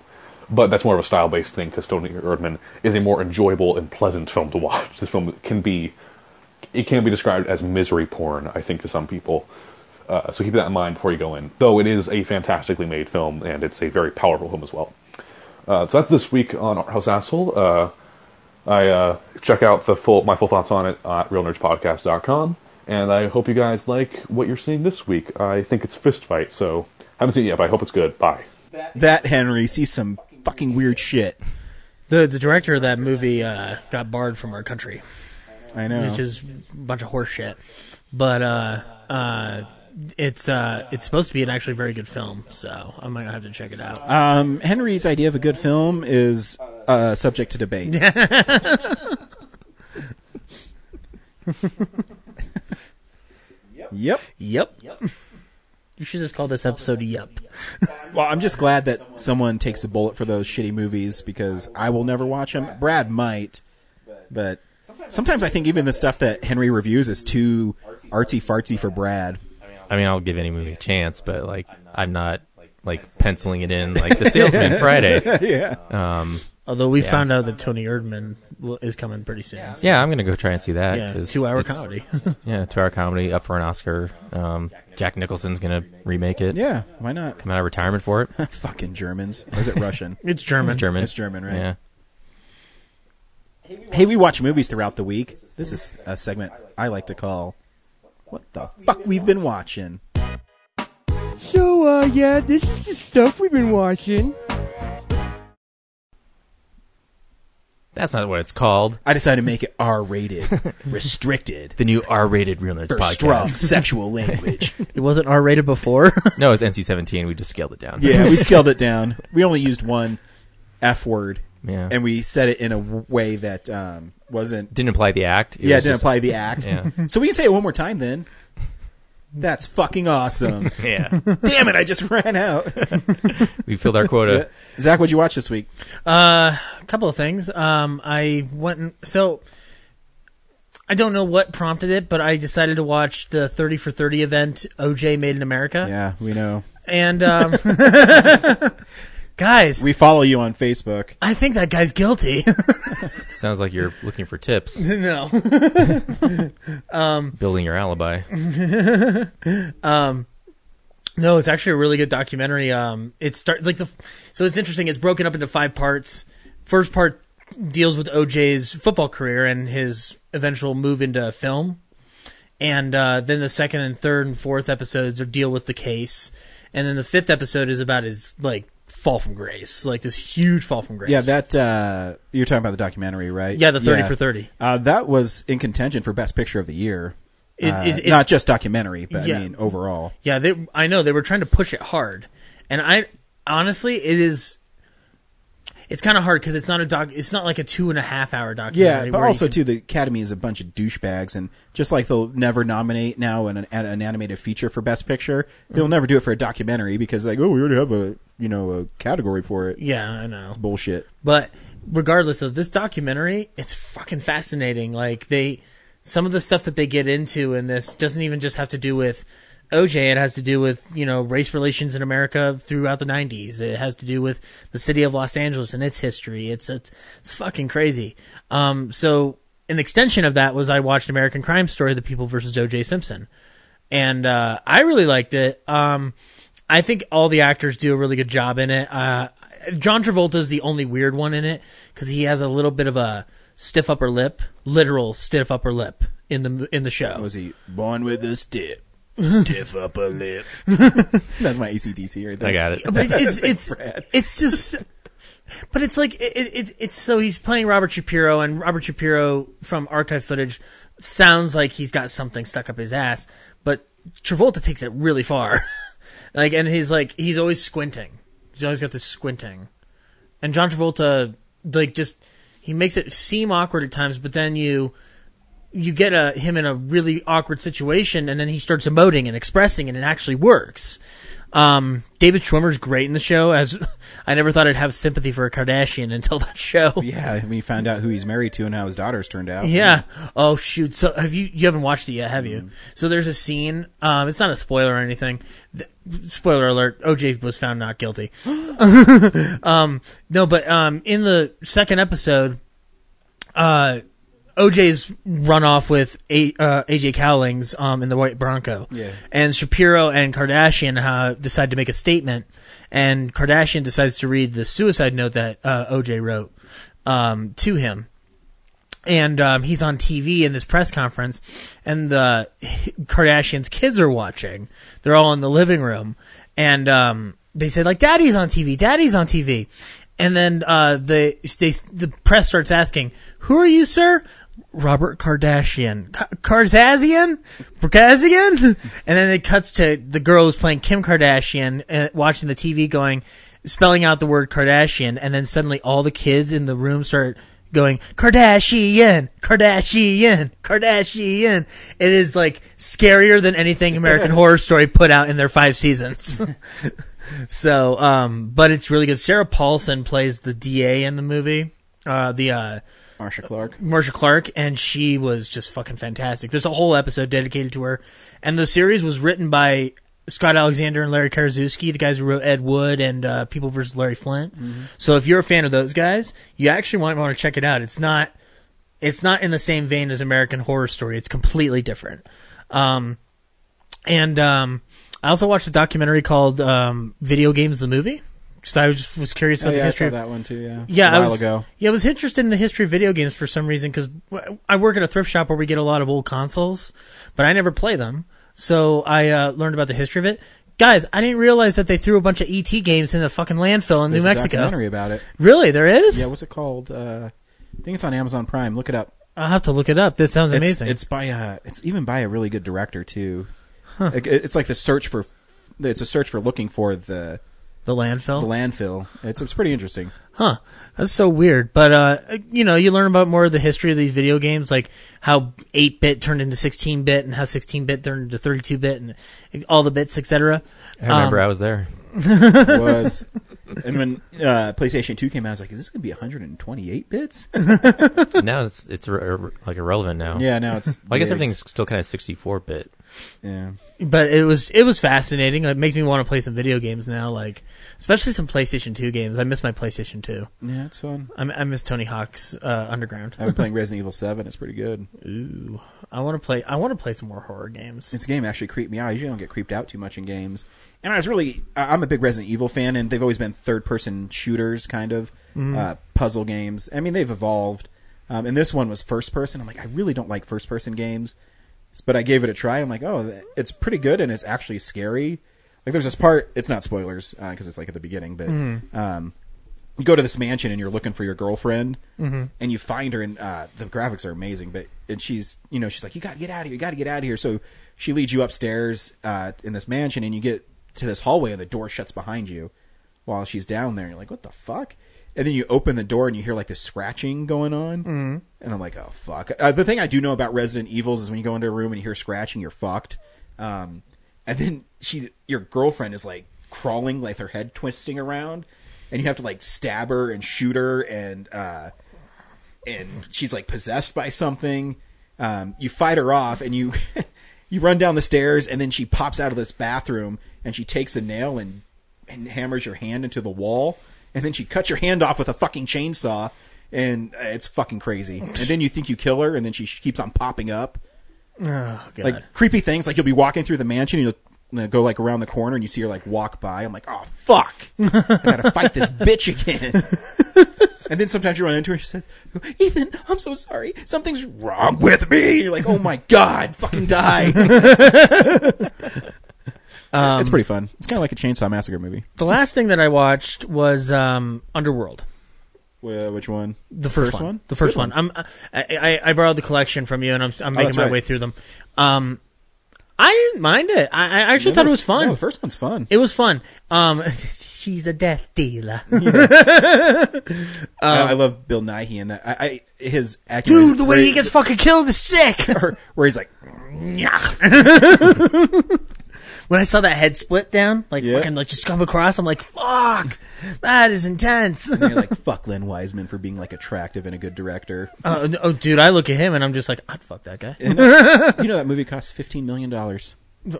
But that's more of a style based thing because Tony Erdman is a more enjoyable and pleasant film to watch. This film can be it can be described as misery porn, I think, to some people. Uh, so keep that in mind before you go in. Though it is a fantastically made film, and it's a very powerful film as well. Uh, so that's this week on Art House Asshole. Uh, I uh, check out the full my full thoughts on it at realnerdspodcast.com, and I hope you guys like what you're seeing this week. I think it's Fist Fight, so haven't seen it yet, but I hope it's good. Bye. That Henry see some fucking weird shit. The the director of that movie uh, got barred from our country, I know. which is a bunch of horse shit. But uh, uh, it's uh, it's supposed to be an actually very good film, so I might have to check it out. Um, Henry's idea of a good film is uh, subject to debate. yep. yep. Yep. You should just call this episode "Yep." Well, I'm just glad that someone takes a bullet for those shitty movies because I will never watch them. Brad might, but sometimes I think even the stuff that Henry reviews is too artsy fartsy for Brad. I mean, I'll give any movie a chance, but like, I'm not like penciling it in like The Salesman Friday. yeah. Although we found out that Tony Erdman will- is coming pretty soon. so- Yeah, I'm gonna go try and see that. yeah, 'cause two-hour it's- comedy. Yeah, two hour comedy up for an Oscar. Um, Jack Nicholson's gonna remake it. Yeah. Why not? Come out of retirement for it. Fucking Germans. Or is it Russian? it's German. German. It's German, right? Yeah. Hey, we watch movies throughout the week. This is a segment I like to call What the Fuck We've Been Watching. So, uh, yeah, this is the stuff we've been watching. That's not what it's called. I decided to make it R rated, restricted, The new R-rated Real Nerds for podcast. strong sexual language. It wasn't R-rated before. No, it's NC-17. We just scaled it down. yeah, we scaled it down. We only used one F word, Yeah. and we said it in a w- way that um, wasn't. didn't apply the act. It yeah, was didn't just- apply the act. Yeah. So we can say it one more time then. That's fucking awesome. Yeah. Damn it, I just ran out. we filled our quota. Zach, what'd you watch this week? Uh, a couple of things. Um, I went and, so I don't know what prompted it, but I decided to watch the thirty for thirty event OJ Made in America, Yeah, we know. and um, guys, We follow you on Facebook. I think that guy's guilty. Sounds like you're looking for tips, no, building your alibi. no, it's actually a really good documentary. Um, it starts like the so it's interesting. It's broken up into five parts. First part deals with OJ's football career and his eventual move into film. and uh, then the second and third and fourth episodes are deal with the case, and then the fifth episode is about his like fall from grace, like this huge fall from grace. Yeah, that uh, you're talking about the documentary, right? Yeah, the 30 for 30. Uh, that was in contention for best picture of the year. It- Uh, it- it's- not just documentary, but Yeah. I mean overall. yeah. They, I know they were trying to push it hard, and I honestly, it is. It's kind of hard because it's not a doc. It's not like a two and a half hour documentary. Yeah, but where you also can- too, the Academy is a bunch of douchebags, and just like they'll never nominate now an an, an animated feature for Best Picture, Mm-hmm. they'll never do it for a documentary because like, oh, we already have a you know a category for it. Yeah, I know. Bullshit. But regardless of this documentary, it's fucking fascinating. Like they, some of the stuff that they get into in this doesn't even just have to do with OJ. It has to do with you know race relations in America throughout the '90s. It has to do with the city of Los Angeles and its history. It's it's it's fucking crazy. Um, so an extension of that was I watched American Crime Story: The People versus OJ Simpson, and uh, I really liked it. Um, I think all the actors do a really good job in it. Uh, John Travolta is the only weird one in it because he has a little bit of a stiff upper lip, literal stiff upper lip in the in the show. Was he born with a stiff, stiff upper lip? That's my ACDC right there. I got it. but it's it's it's just but it's like it, it, it it's so he's playing Robert Shapiro and Robert Shapiro from archive footage sounds like he's got something stuck up his ass but Travolta takes it really far like and he's like he's always squinting he's always got this squinting and John Travolta like just he makes it seem awkward at times but then you you get a, him in a really awkward situation and then he starts emoting and expressing and it actually works um, David Schwimmer's great in the show. As I never thought I'd have sympathy for a Kardashian until that show. Yeah. Yeah, we found out who he's married to and how his daughters turned out. Oh shoot. So have you? You haven't watched it yet, have you? So there's a scene. Um, it's not a spoiler or anything. Th- spoiler alert: OJ was found not guilty. um, no, but um, in the second episode, uh, OJ's run off with a, uh, AJ Cowlings um, in the White Bronco. Yeah. And Shapiro and Kardashian uh, decide to make a statement, and Kardashian decides to read the suicide note that uh, OJ wrote um, to him. And um, he's on TV in this press conference, and the Kardashians' kids are watching. They're all in the living room, and um, they said like, "Daddy's on TV, Daddy's on TV." And then uh, the they, the press starts asking, "Who are you, sir?" Robert Kardashian, Ka- Kardashian, Kardashian, and then it cuts to the girl who's playing Kim Kardashian uh, watching the TV, going spelling out the word Kardashian, and then suddenly all the kids in the room start going Kardashian, Kardashian, Kardashian. It is like scarier than anything American Horror Story put out in their five seasons. so, um, but it's really good. Sarah Paulson plays the DA in the movie. Uh, the uh, Marsha Clark. Marcia Clark, and she was just fucking fantastic. There's a whole episode dedicated to her, and the series was written by Scott Alexander and Larry Karaszewski, the guys who wrote Ed Wood and uh, People vs. Larry Flint. Mm-hmm. So if you're a fan of those guys, you actually might want to check it out. It's not, it's not in the same vein as American Horror Story. It's completely different. Um, and um, I also watched a documentary called um, "Video Games: The Movie." Just I was just was curious Oh about the yeah, I history saw of that one too. Yeah, yeah, a while I was, ago. Yeah, I was interested in the history of video games for some reason because I work at a thrift shop where we get a lot of old consoles, but I never play them. So I uh, learned about the history of it. Guys, I didn't realize that they threw a bunch of ET games in a fucking landfill in There's New a Mexico. documentary about it. Really, there is? Yeah, what's it called? Uh, I think it's on Amazon Prime. Look it up. I'll have to look it up. That sounds It's- amazing. It's by a, it's even by a really good director too. Like, it- it's like the search for, it's a search for looking for the the landfill. the landfill. It's it's pretty interesting. Huh. That's so weird. But, uh, you know, you learn about more of the history of these video games, like how 8 bit turned into 16 bit and how 16 bit turned into 32 bit and all the bits, etc. I remember Um, I was there. It was. and when uh, PlayStation Two came out, I was like, is this gonna be 128 bits? now it's it's ir- like irrelevant now. yeah, now it's. Well, I guess gigs. everything's still kind of 64 bit. Yeah. but it was it was fascinating. It makes me want to play some video games now, like especially some PlayStation Two games. I miss my PlayStation Two. Yeah, it's fun. I, I miss Tony Hawk's uh, Underground. I've been playing Resident Evil Seven. It's pretty good. Ooh, I want to play. I want to play some more horror games. This game actually creeped me out. I usually don't get creeped out too much in games. And I was really, I- I'm a big Resident Evil fan, and they've always been third person shooters, kind of uh, puzzle games. I mean, they've evolved. Um, and this one was first person. I'm like, I really don't like first person games, but I gave it a try. I'm like, oh, th- it's pretty good, and it's actually scary. Like, there's this part. It's not spoilers because it's like at the beginning, but um, you go to this mansion and you're looking for your girlfriend and you find her and uh, the graphics are amazing but and she's you know she's like you gotta get out of here you gotta get out of here so she leads you upstairs uh, in this mansion and you get to this hallway and the door shuts behind you while she's down there you're like what the fuck And then you open the door and you hear like the scratching going on. Mm-hmm. And I'm like, oh, fuck. Uh, the thing I do know about Resident Evils is when you go into a room and you hear scratching, you're fucked. Um, and then she, your girlfriend is like crawling, like her head twisting around. And you have to like stab her and shoot her. And, uh, and she's like possessed by something. Um, you fight her off and you, you run down the stairs and then she pops out of this bathroom and she takes a nail and and hammers your hand into the wall, and then she cuts your hand off with a fucking chainsaw, and uh, it's fucking crazy. and then you think you kill her, and then she sh- keeps on popping up. Oh, God. Like creepy things, like you'll be walking through the mansion, and you'll uh, go like around the corner, and you see her like walk by. I'm like, oh fuck, I gotta fight this bitch again. and then sometimes you run into her, she says, Ethan, I'm so sorry, something's wrong with me. And you're like, oh my god, fucking die. Um, it's pretty fun. It's kind of like a Chainsaw Massacre movie. the last thing that I watched was um, Underworld. Wh- which one? The first, one? The first one. I'm, I, I I borrowed the collection from you, and I'm I'm making Oh, that's my right. way through them. Um, I didn't mind it. I, I actually Yeah, thought it the- was fun. no, the first one's fun. It was fun. Um, she's a death dealer. I, I love Bill Nighy in that. I, I his acting, Um, Dude, the where way he gets fucking killed is sick. or- where he's like, when I saw that head split down, like Yeah. fucking like just come across, I'm like, fuck, that is intense. and you're like, fuck Len Wiseman for being like attractive and a good director. oh, no- oh, dude, I look at him and I'm just like, I'd fuck that guy. you know that movie costs fifteen million dollars.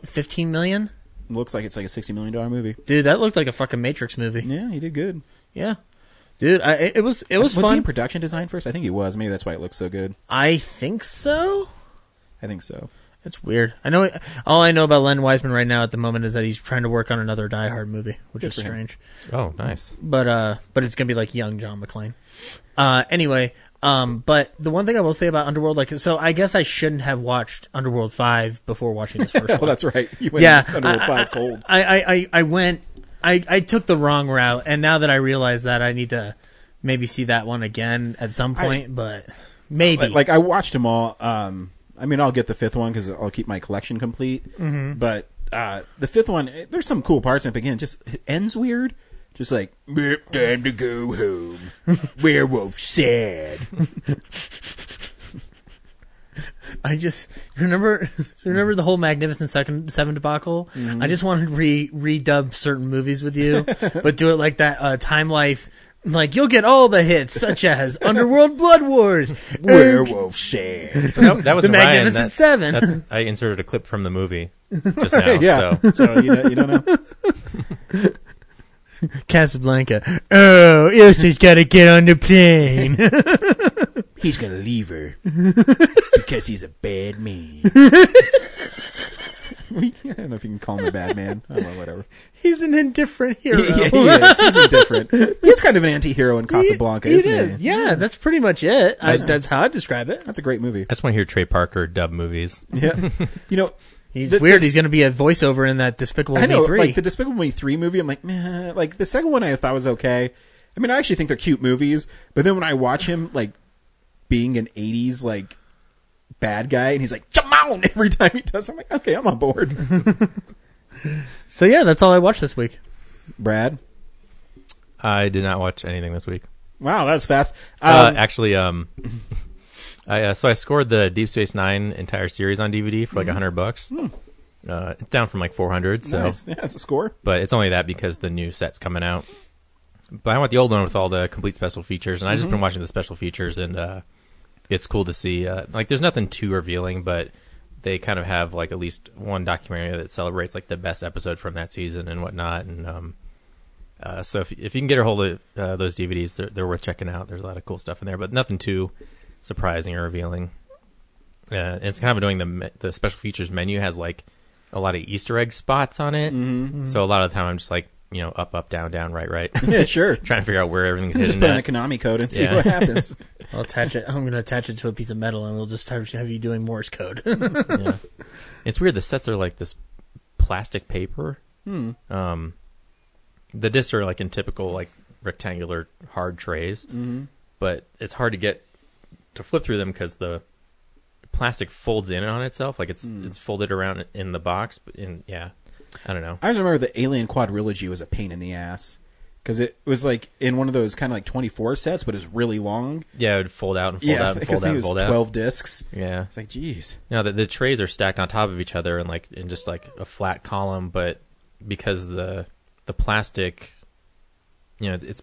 Fifteen million, Looks like it's like a sixty million dollar movie. dude, that looked like a fucking Matrix movie. Yeah, Yeah, he did good. dude, I, it, it was it was, was fun. he in production design first? I think he was. Maybe that's why it looks so good. I think so. I think so. That's weird. I know all I know about Len Wiseman right now at the moment is that he's trying to work on another Die Hard movie, which is for him. strange. Oh, nice. But uh, but it's gonna be like young John McClane. Uh, anyway, um, but the one thing I will say about Underworld, like, so I guess I shouldn't have watched Underworld five before watching this first one. Well, that's right. You went yeah, under I- five I, cold. I, I, I, I went. I, I took the wrong route, and now that I realize that, I need to maybe see that one again at some point. but maybe, Like, like, I watched them all. Um, I mean, I'll get the fifth one because I'll keep my collection complete. Mm-hmm. But uh, the fifth one, eh, there's some cool parts in it. But again, it just it ends weird. Just like "Yep, time to go home. Werewolf sad. I just remember remember the whole Magnificent Second Seven debacle. Mm-hmm. I just wanted to re redub certain movies with you, but do it like that uh, Time Life. Like you'll get all the hits, such as Underworld Blood Wars, Erg, Werewolf sad. That, that was The Ryan. Magnificent That- Seven. that's- I inserted a clip from the movie just now. Yeah. So. So, you, know, you don't know. Casablanca. Oh, Ilsa's gotta get on the plane. He's gonna leave her because he's a bad man. I don't know if you can call him a bad man. I don't know, whatever. He's an indifferent hero. yeah, he is. He's indifferent. He's kind of an anti-hero in Casablanca, He isn't is. he? Yeah, that's pretty much it. I, that's how I describe it. That's a great movie. I just want to hear Trey Parker dub movies. Yeah. You know, He's th- weird. this- He's going to be a voiceover in that Despicable I know, Me three. like the Despicable Me three movie. I'm like, meh. Like the second one, I thought was okay. I mean, I actually think they're cute movies, but then when I watch him like being an '80s like bad guy, and he's like, "Come on!" every time he does, I'm like, okay, I'm on board. so yeah, that's all I watched this week. Brad, I did not watch anything this week. wow, that was fast. Uh, Um, actually, um, I uh, so I scored the Deep Space Nine entire series on DVD for like Mm-hmm. a hundred bucks. Uh, it's down from like four hundred. So, Hmm. nice. Yeah, that's a score. but it's only that because the new set's coming out. But I want the old one with all the complete special features, and I just been watching the special features, and uh, it's cool to see. Uh, like, there's nothing too revealing, but they kind of have like at least one documentary that celebrates like the best episode from that season and whatnot. And um, uh, so if if you can get a hold of uh, those DVDs, they're, they're worth checking out. There's a lot of cool stuff in there, but nothing too surprising or revealing. Uh, and it's kind of annoying. The me- the special features menu has like a lot of Easter egg spots on it, Mm. so a lot of the time I'm just like you know up up down down right right, Yeah, sure. trying to figure out where everything's Just hidden. put in At. a Konami code and see Yeah. what happens. I'll attach it. I'm going to attach it to a piece of metal, and we'll just have have you doing Morse code. Oh, It's weird. The sets are like this plastic paper. Hmm. Um, the discs are like in typical like rectangular hard trays, Mm-hmm. but it's hard to get to flip through them because the plastic folds in on itself. Like it's Hmm. it's folded around in the box. But in yeah, I don't know. I always remember the Alien Quadrilogy was a pain in the ass because it was like in one of those kind of like 24 sets, but it's really long. Yeah, it would fold out and fold out and because fold I out think and it fold was out. 12 discs. Yeah. It's like, geez, No, the, the trays are stacked on top of each other and like in just like a flat column, but because the the plastic, you know, it's, it's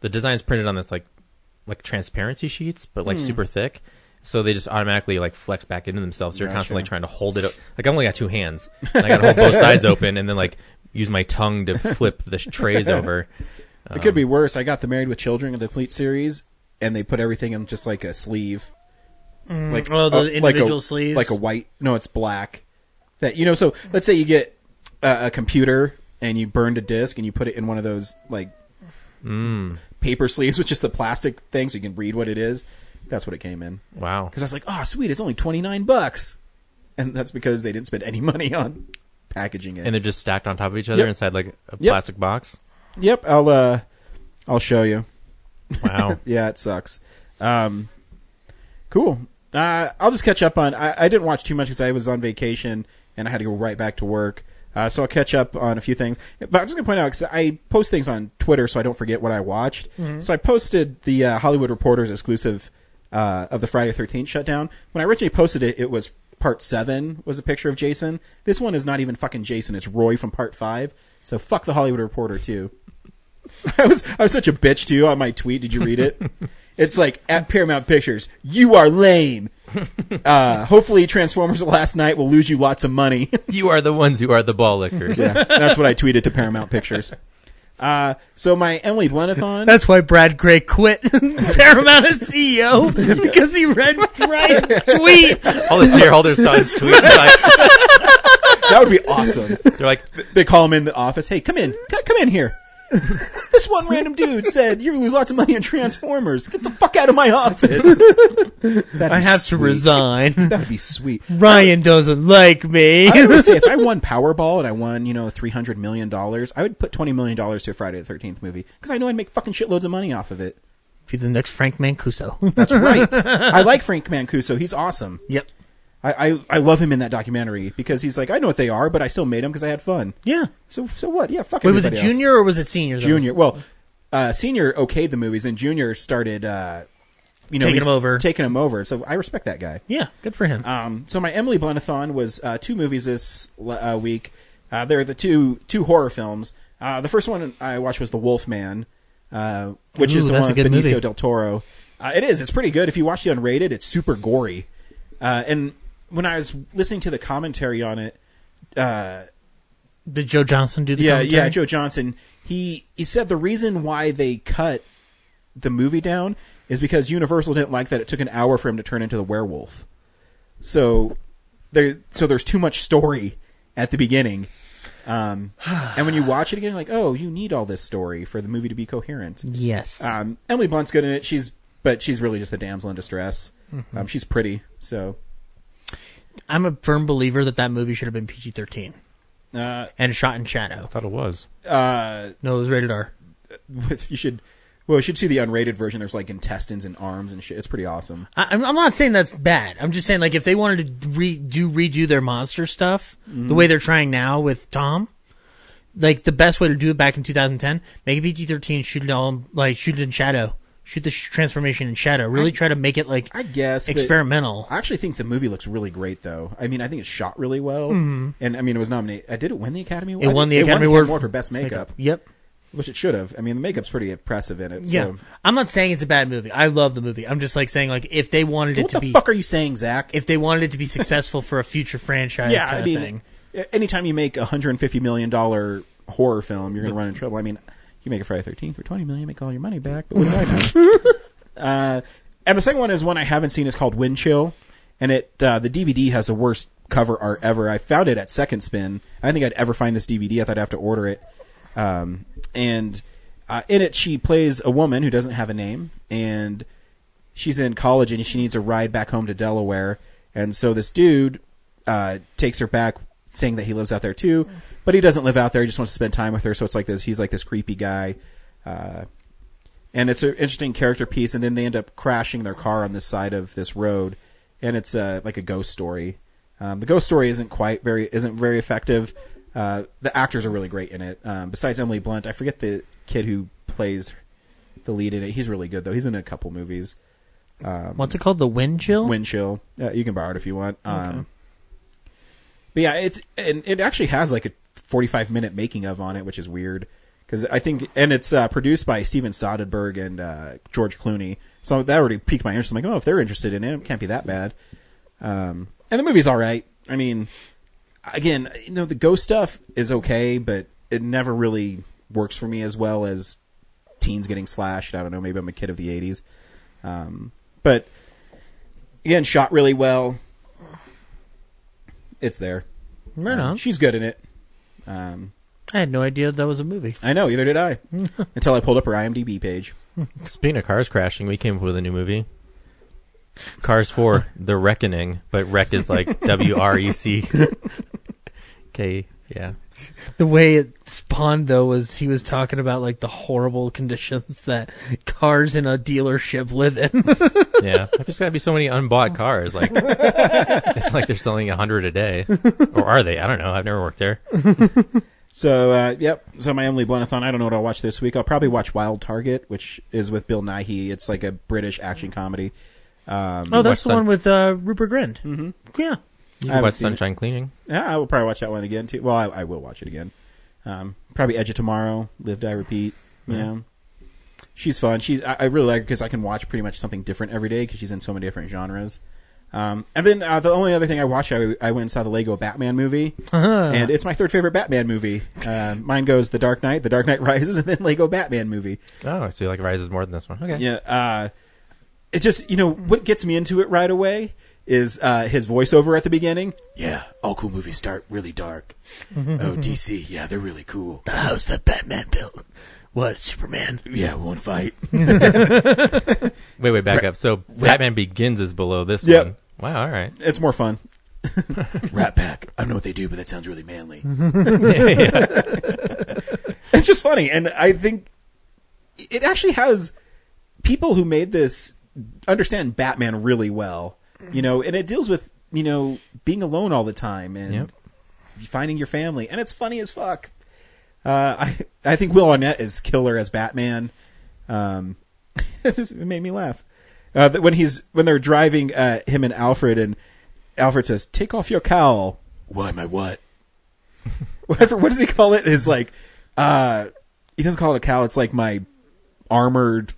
the design's printed on this like like transparency sheets, but Hmm. like super thick, so they just automatically like flex back into themselves. So you're constantly Gotcha. trying to hold it. o- Like I only got two hands, and I got to hold both sides open, and then like use my tongue to flip the sh- trays over. it Um, could be worse. I got the Married with Children of the Complete series, and they put everything in just like a sleeve, like oh, the uh, like a- individual sleeves? like a white. No, it's black. That you know. So let's say you get uh, a computer and you burned a disc and you put it in one of those like Mm. paper sleeves with just the plastic thing, so you can read what it is. That's what it came in. Wow. Because I was like, oh, sweet, it's only twenty nine bucks, and that's because they didn't spend any money on packaging it. And they're just stacked on top of each other Yep. inside like a Yep. plastic box. yep, I'll uh, I'll show you. Wow. yeah, it sucks. Um, cool. Uh, I'll just catch up on. I, I didn't watch too much because I was on vacation and I had to go right back to work. Uh, so I'll catch up on a few things. But I'm just going to point out because I post things on Twitter so I don't forget what I watched. So I posted the uh, Hollywood Reporters exclusive uh, of the Friday 13th shutdown. When I originally posted it, it was part seven was a picture of Jason. This one is not even fucking Jason. It's Roy from part five. So fuck the Hollywood Reporter too. I was I was such a bitch too on my tweet. Did you read it? it's like at Paramount Pictures, you are lame. Uh, hopefully, Transformers Last Night will lose you lots of money. you are the ones who are the ball lickers. yeah, that's what I tweeted to Paramount Pictures. Uh, so my Emily Blunathon. That's why Brad Gray quit Paramount as CEO because he read Brian's tweet. All the shareholders saw his tweet. and like, that would be awesome. They're like, They call him in the office. Hey, come in, C- come in here. this one random dude said you lose lots of money on Transformers. Get the fuck out of my office. That'd I be have to sweet. resign. That'd be sweet. Ryan doesn't like me. I would say if I won Powerball and I won, you know, three hundred million dollars, I would put twenty million dollars to a Friday the Thirteenth movie because I know I'd make fucking shitloads of money off of it. Be the next Frank Mancuso. That's right. I like Frank Mancuso; he's awesome. yep. I, I I love him in that documentary because he's like, I know what they are, but I still made them because I had fun. Yeah. So so what? Yeah, fuck. Wait, was it everybody else. junior or was it senior? that was- Junior. Well, uh, senior okayed the movies, and junior started, uh, you know, Taking he's 'em over. taking him over. So I respect that guy. Yeah, good for him. Um, so my Emily Blunathon was uh, two movies this uh, week. Uh, they're the two two horror films. Uh, the first one I watched was The Wolfman, uh, which is Ooh, the that's one a good with Benicio movie. del Toro. Uh, it is. It's pretty good. If you watch the unrated, it's super gory. Uh, and when I was listening to the commentary on it, Did Joe Johnson do the yeah, commentary? yeah, Joe Johnson. He he said the reason why they cut the movie down is because Universal didn't like that it took an hour for him to turn into the werewolf. So there, so there's too much story at the beginning. Um, and when you watch it again, you're like, oh, you need all this story for the movie to be coherent. Yes. Um, Emily Blunt's good in it. She's but she's really just a damsel in distress. Um, she's pretty, so I'm a firm believer that that movie should have been PG-13 uh, and shot in shadow. I thought it was. uh, No, it was rated R. you should. Well, you should see the unrated version. There's like intestines and arms and shit. It's pretty awesome. I, I'm I'm not saying that's bad. I'm just saying like if they wanted to redo redo their monster stuff Mm-hmm. the way they're trying now with Tom, like the best way to do it back in 2010, make it PG-13, shoot it all like shoot it in shadow, shoot the sh- transformation in shadow. Really try to make it like I guess but experimental. I actually think the movie looks really great, though. I mean, I think it's shot really well, and I mean, it was nominated. I did it win the Academy Award. It I won think the Academy Award Award for for best makeup, Yep. which it should have. I mean, the makeup's pretty impressive in it. So. Yeah, I'm not saying it's a bad movie. I love the movie. I'm just like saying like if they wanted it What to the be fuck are you saying, Zach? if they wanted it to be successful for a future franchise yeah, kind I mean, of thing. a- anytime you make a hundred and fifty million dollar horror film, you're going to run in trouble. I mean, you make a Friday Thirteenth for twenty million, make all your money back. But what do I know? uh, and the second one is one I haven't seen. is called Wind Chill, and it uh, the DVD has the worst cover art ever. I found it at Second Spin. I didn't think I'd ever find this DVD. I thought I'd have to order it. Um, and uh, in it, she plays a woman who doesn't have a name, and she's in college and she needs a ride back home to Delaware. And so this dude uh, takes her back, saying that he lives out there too, but he doesn't live out there. He just wants to spend time with her. So it's like this. He's like this creepy guy. Uh, and it's an interesting character piece. And then they end up crashing their car on the side of this road, and it's uh, like a ghost story. Um, the ghost story isn't quite very isn't very effective. Uh, the actors are really great in it. Um, besides Emily Blunt, I forget the kid who plays the lead in it. He's really good though. He's in a couple movies. What's it called? The wind chill. Wind chill. Uh, you can borrow it if you want. Um, But yeah, it's and it actually has like a 45 minute making of on it, which is weird because I think and it's uh, produced by Steven Soderbergh and uh, George Clooney. So that already piqued my interest. I'm like, oh, if they're interested in it, it can't be that bad. Um, and the movie's all right. I mean, again, you know, the ghost stuff is okay, but it never really works for me as well as teens getting slashed. I don't know. Maybe I'm a kid of the 80s. Um, but again, shot really well. It's there. Right Uh, on. She's good in it. Um, I had no idea that was a movie. I know. Either did I. Until I pulled up her IMDb page. Speaking of cars crashing, we came up with a new movie. Cars 4, The Reckoning, but wreck is like W R E C K. Yeah. The way it spawned though was he was talking about like the horrible conditions that cars in a dealership live in. Yeah. There's got to be so many unbought cars. Like, it's like they're selling 100 a day. Or are they? I don't know. I've never worked there. So uh, yep. So my Emily Bluntathon. I don't know what I'll watch this week. I'll probably watch Wild Target, which is with Bill Nighy. It's like a British action comedy. Um, oh, that's the Western. one with uh, Rupert Grint. Mm-hmm. Yeah. You I haven't can watch seen it. Sunshine Cleaning. yeah, I will probably watch that one again too. Well, I, I will watch it again. Um, probably Edge of Tomorrow, Live Die Repeat. You know, she's fun. She's I, I really like her because I can watch pretty much something different every day because she's in so many different genres. Um, and then uh, the only other thing I watched, I, I went and saw the Lego Batman movie, and it's my third favorite Batman movie. Uh, mine goes The Dark Knight, The Dark Knight Rises, and then Lego Batman movie. Oh, so you like Rises more than this one. Okay. Yeah. Uh, it just, you know, what gets me into it right away is uh, his voiceover at the beginning. Yeah, all cool movies start really dark. oh, DC, yeah, they're really cool. Uh, The house that Batman built. What, Superman? Yeah, one fight. Wait, wait, back up. So Batman Begins is below this Yep. one. Wow, all right. It's more fun. Rat Pack. I don't know what they do, but that sounds really manly. it's just funny, and I think it actually has people who made this understand Batman really well, you know, and it deals with you know being alone all the time and Yep. finding your family, and it's funny as fuck. Uh, I I think Will Arnett is killer as Batman. Um, it just made me laugh. Uh, that when he's when they're driving uh, him and Alfred, and Alfred says, "Take off your cowl." Why my what? Whatever. What does he call it? Is like, uh, he doesn't call it a cowl. It's like my armored.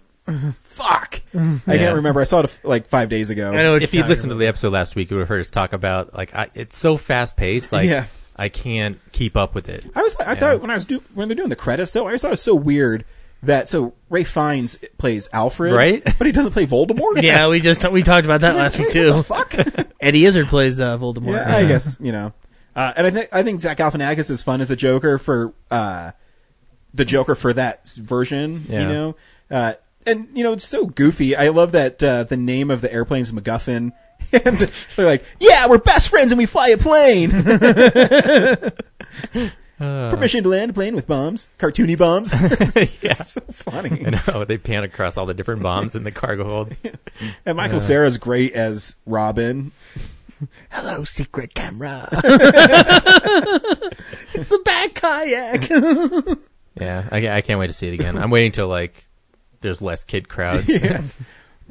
Fuck, I Yeah. can't remember. I saw it f- like five days ago. I know what if you're you talking listened about. to the episode last week, you would have heard us talk about like I, it's so fast paced. Like Yeah. I can't keep up with it. I was I thought when I was do, when they're doing the credits though, I always thought it was so weird that so Ray Fiennes plays Alfred, Right? But he doesn't play Voldemort. Yeah, we just we talked about that last week What too. the fuck. Eddie Izzard plays uh, Voldemort. Yeah, I guess you know. Uh, and I think I think Zach Galifianakis is fun as the Joker for uh, the Joker for that s- version. You Yeah. know, uh, and you know it's so goofy. I love that uh, the name of the airplane's MacGuffin, and they're like, "Yeah, we're best friends, and we fly a plane." Permission to land a plane with bombs, cartoony bombs. yeah. so funny. I know they pan across all the different bombs in the cargo hold. And Michael uh, Sarah's great as Robin. Hello, secret camera. it's the back kayak. Yeah, I, I can't wait to see it again. I'm waiting till like there's less kid crowds.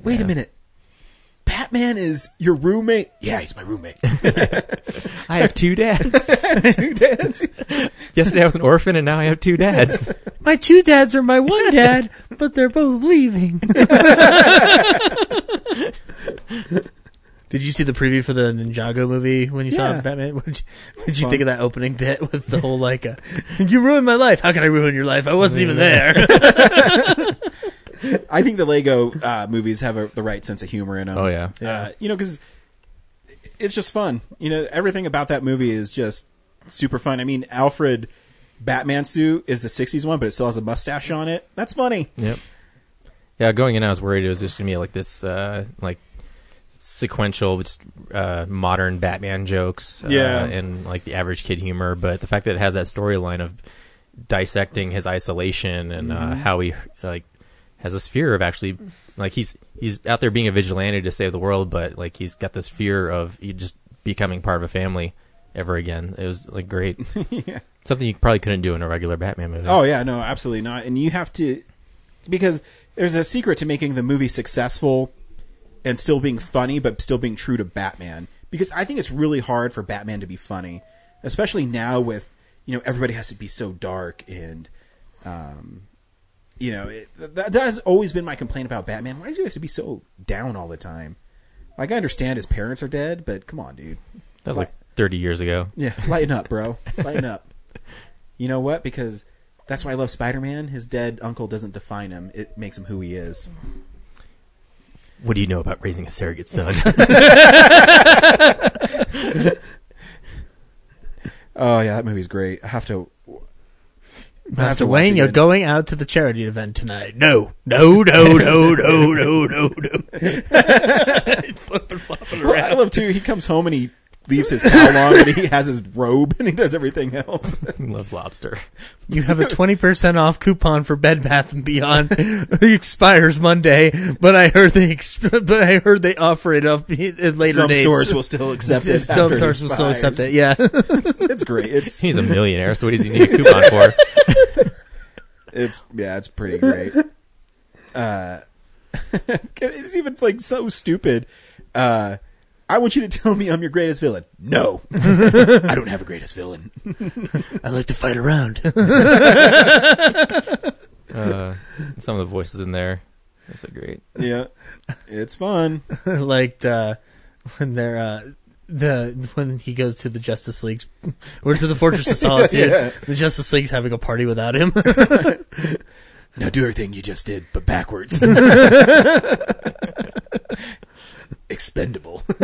Wait a minute. Batman is your roommate. Yeah, he's my roommate. I have two dads. Two dads. Yesterday I was an orphan, and now I have two dads. My two dads are my one dad, but they're both leaving. Did you see the preview for the Ninjago movie when you Yeah. saw Batman? What Did you, did you think of that opening bit with the whole like, uh, "You ruined my life. How can I ruin your life? I wasn't even there." I think the Lego uh, movies have a, the right sense of humor in them. Oh, yeah. uh, you know because it's just fun. You know, everything about that movie is just super fun. I mean, Alfred Batman suit is the '60s one, but it still has a mustache on it. That's funny. yep. Yeah, going in, I was worried it was just gonna be like this, uh, like sequential, just uh, modern Batman jokes, uh, Yeah. and like the average kid humor. But the fact that it has that storyline of dissecting his isolation and uh, Mm-hmm. how he like has this fear of actually like he's he's out there being a vigilante to save the world, but like he's got this fear of he just becoming part of a family ever again. It was like great. Something you probably couldn't do in a regular Batman movie. Oh yeah, no, absolutely not. And you have to because there's a secret to making the movie successful and still being funny, but still being true to Batman. Because I think it's really hard for Batman to be funny, especially now with you know everybody has to be so dark and um, you know it, that, that has always been my complaint about Batman. Why does he have to be so down all the time? Like I understand his parents are dead, but come on, dude. that was like 30 years ago. Yeah, lighten up, bro. Lighten up. You know what? Because that's why I love Spider Man. His dead uncle doesn't define him, it makes him who he is. What do you know about raising a surrogate son? Oh, yeah, that movie's great. I have to. I have Master to watch Wayne, it you're again. going out to the charity event tonight. No, no, no, no, no, no, no, no. Well, I love, too. He comes home and he leaves his cow long and he has his robe and he does everything else. He loves lobster. You have a 20% off coupon for Bed Bath and Beyond. it expires Monday, but I heard they exp- but I heard they offer it up at later Some dates. stores will still accept it. Some after stores will still accept it. expires. Yeah. It's great. It's, He's a millionaire, so what does he need a coupon for? it's, yeah, it's pretty great. Uh, it's even like so stupid. Uh, I want you to tell me I'm your greatest villain. No, I don't have a greatest villain. I like to fight around. Uh, some of the voices in there. That's so great. yeah, it's fun. like uh, when they're uh, the when he goes to the Justice League's or to the Fortress of Solitude, Yeah. the Justice League's having a party without him. Now do everything you just did, but backwards. Expendable. oh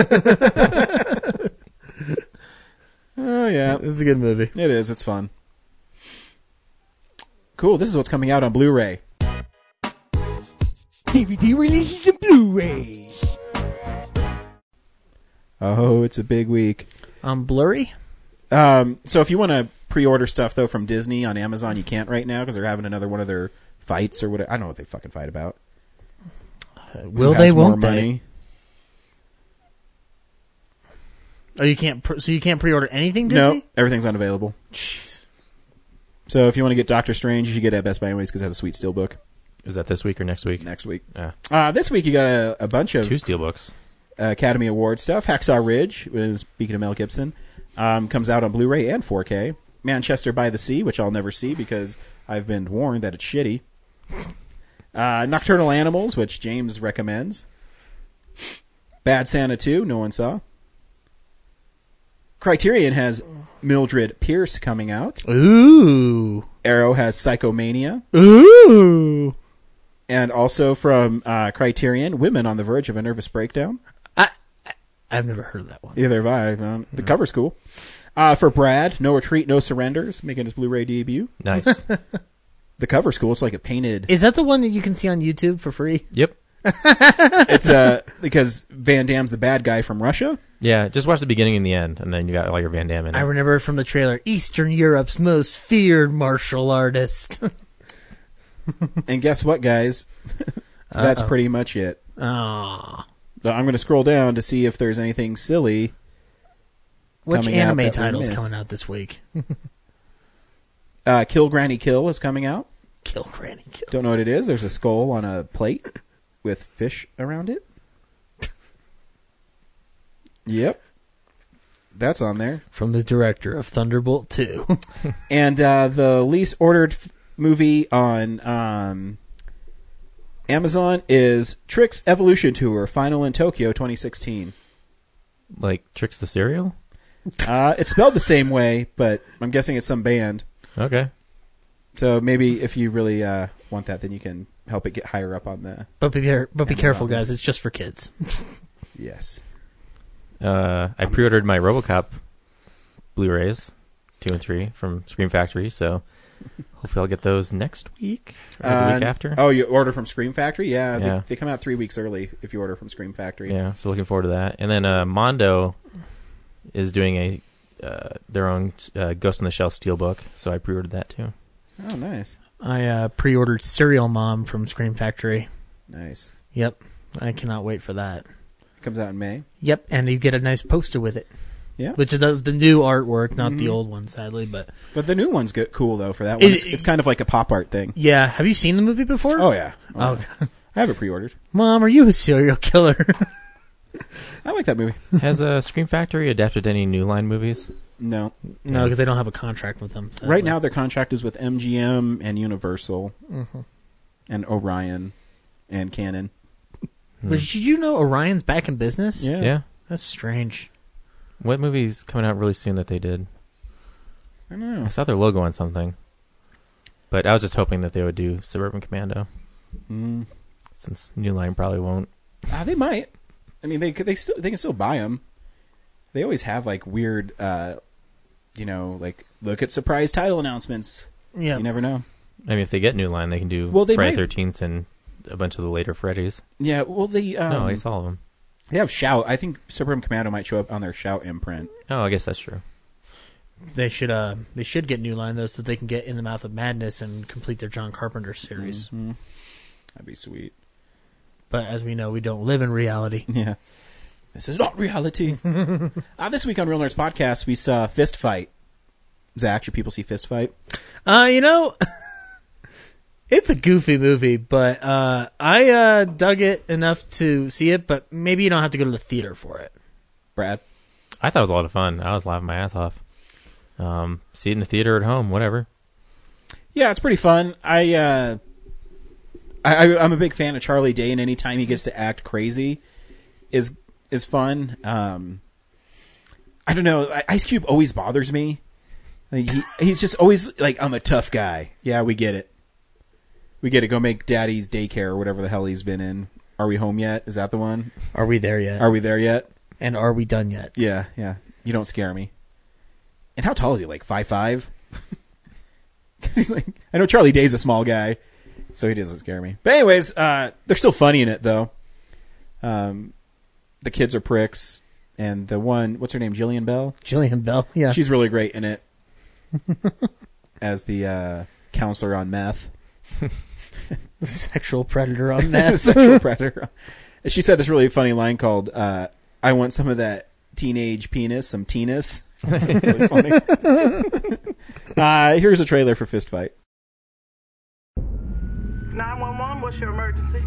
yeah, it's a good movie. it is. It's fun. Cool. This is what's coming out on Blu-ray. DVD releases and Blu-rays. Oh, it's a big week. Um, blurry. Um, so if you want to pre-order stuff though from Disney on Amazon, you can't right now because they're having another one of their fights or whatever. I don't know what they fucking fight about. Will Who they? has more Won't they? money? Oh, you can't. Pre- so you can't pre-order anything Disney. No, everything's unavailable. Jeez. So if you want to get Doctor Strange, you should get it at Best Buy anyways because it has a sweet steelbook Is that this week or next week? next week. Yeah. Uh, this week you got a, a bunch of Two steelbooks. Academy Award stuff. Hacksaw Ridge, uh, speaking of Mel Gibson, um, comes out on Blu-ray and 4K. Manchester by the Sea, which I'll never see because I've been warned that it's shitty. Uh, Nocturnal Animals, which James recommends. Bad Santa 2, no one saw. Criterion has Mildred Pierce coming out. Uh. Ooh. Arrow has Psychomania. Ooh. And also from uh, Criterion, Women on the Verge of a Nervous Breakdown. I've never heard of that one. Either have I. Um, the cover's cool. Uh, for Brad, No Retreat, No Surrenders, making his Blu-ray debut. Nice. The cover's cool. It's like a painted. Is that the one that you can see on YouTube for free? yep. It's uh, because Van Damme's the bad guy from Russia. Yeah, just watch the beginning and the end, and then you got all your Van Damme in it. I remember from the trailer, Eastern Europe's most feared martial artist. And guess what, guys? That's pretty much it. Aww. But I'm going to scroll down to see if there's anything silly. Which Coming out anime that we title's missed. coming out this week? Uh, Kill Granny Kill is coming out. Kill Granny Kill. Don't know what it is. There's a skull on a plate with fish around it. Yep. That's on there. From the director of Thunderbolt 2. and uh, the least ordered f- movie on um, Amazon is Tricks Evolution Tour Final in Tokyo 2016. like Tricks the Cereal? Uh, it's spelled the same way, but I'm guessing it's some band. Okay. So maybe if you really uh, want that, then you can help it get higher up on the but be, care- but be Amazon careful, is- guys. It's just for kids. yes. Uh, I pre ordered my Robocop Blu rays, two and three, from Scream Factory, so hopefully I'll get those next week or the week Uh, after. Oh, you order from Scream Factory? Yeah, Yeah. They, they come out three weeks early if you order from Scream Factory. Yeah, so looking forward to that. And then uh, Mondo is doing a uh, their own uh, Ghost in the Shell steelbook, so I pre ordered that too. Oh, nice, I uh, pre ordered Serial Mom from Scream Factory. nice. Yep. I cannot wait for that. Comes out in May. Yep. And you get a nice poster with it. Yeah. which is the, the new artwork, not the old one, sadly. But But the new one's good, cool though for that one. It- it's, it's kind of like a pop art thing. yeah, have you seen the movie before? Oh yeah. Oh, yeah. I have it pre-ordered. mom, are you a serial killer? I like that movie. Has uh, Scream Factory adapted any New Line movies? No, no, because they don't have a contract with them sadly. right now their contract is with MGM and Universal Mm-hmm. and Orion and Canon. But Mm. did you know Orion's back in business? Yeah. Yeah. that's strange. What movie's coming out really soon that they did? I don't I know. saw their logo on something. But I was just hoping that they would do Suburban Commando. Mm. Since New Line probably won't. Ah, they might. I mean, they could, they still they can still buy them. They always have like weird, uh, you know, like look at surprise title announcements. Yeah, You never know. I mean, if they get New Line, they can do Well, they Friday might- 13th and a bunch of the later Freddys. Yeah. Well, they um, no, it's all of them. they have shout. I think Supreme Commando might show up on their shout imprint. Oh, I guess that's true. they should. Uh, they should get New Line though, so they can get in the mouth of madness and complete their John Carpenter series. That'd be sweet. But as we know, we don't live in reality. Yeah. This is not reality. uh, this week on Real Nerds Podcast, we saw Fist Fight. Zach, should people see Fist Fight? Uh, you know, it's a goofy movie, but uh, I uh, dug it enough to see it. But maybe you don't have to go to the theater for it. Brad? I thought it was a lot of fun. I was laughing my ass off. Um, see it in the theater at home, whatever. Yeah, it's pretty fun. I, uh, I, I I'm a big fan of Charlie Day, and anytime he gets to act crazy is is fun. Um, I don't know. I- Ice Cube always bothers me. Like, he he's just always like, I'm a tough guy. Yeah, we get it. We get it. Go make daddy's daycare or whatever the hell he's been in. Are we home yet? Is that the one? Are we there yet? Are we there yet? and are we done yet? Yeah, yeah. You don't scare me. And how tall is he? Like five five? he's like, I know Charlie Day's a small guy, so he doesn't scare me. But anyways, uh, they're still funny in it though. Um, the kids are pricks, and the one, what's her name, Jillian Bell? Jillian Bell. Yeah, She's really great in it as the uh, counselor on meth. sexual predator on that. sexual predator. She said this really funny line called, uh, "I want some of that teenage penis, some teenus." really funny. uh, here's a trailer for Fist Fight. 911, what's your emergency?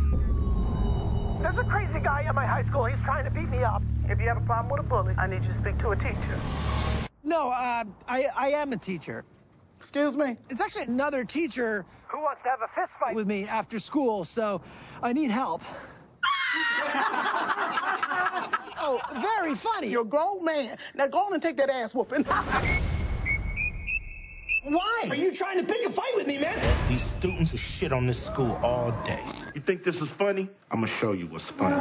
There's a crazy guy at my high school. He's trying to beat me up. If you have a problem with a bully, I need you to speak to a teacher. No, uh, I, I am a teacher. Excuse me? It's actually another teacher Who wants to have a fist fight? with me after school, so I need help. oh, very funny. You're a grown man. Now go on and take that ass whooping. Why? Are you trying to pick a fight with me, man? These students are shit on this school all day. You think this is funny? I'm gonna show you what's funny.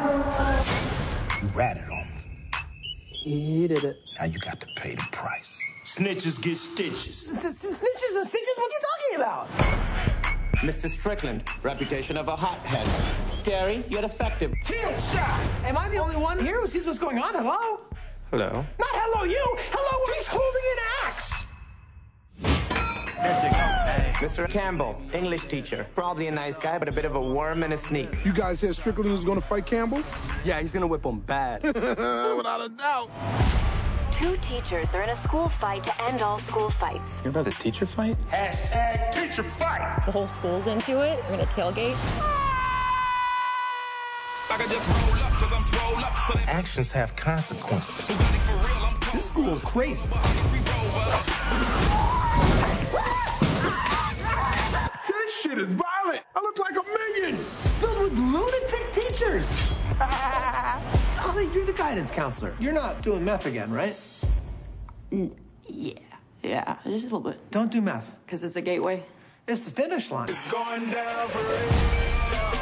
You ratted on me. He did it. Now you got to pay the price. Snitches get stitches. Snitches and stitches? What are you talking about? Mr. Strickland, reputation of a hothead. Scary yet effective. Kill shot! Am I the only one here who sees what's going on? Hello? Hello. Not hello, you! Hello, he's holding an axe! Mr. Campbell, English teacher. Probably a nice guy, but a bit of a worm and a sneak. You guys hear Strickland was gonna fight Campbell? Yeah, he's gonna whip him bad. Without a doubt. Two teachers are in a school fight to end all school fights. You're about a teacher fight? Hashtag teacher fight. The whole school's into it. We're going to tailgate. Actions have consequences. This school is crazy. This shit is violent. I look like a minion. Filled with lunatic teachers! Ollie, you're the guidance counselor. You're not doing meth again, right? Yeah. Yeah, just a little bit. Don't do meth. Because it's a gateway. It's the finish line. Going down for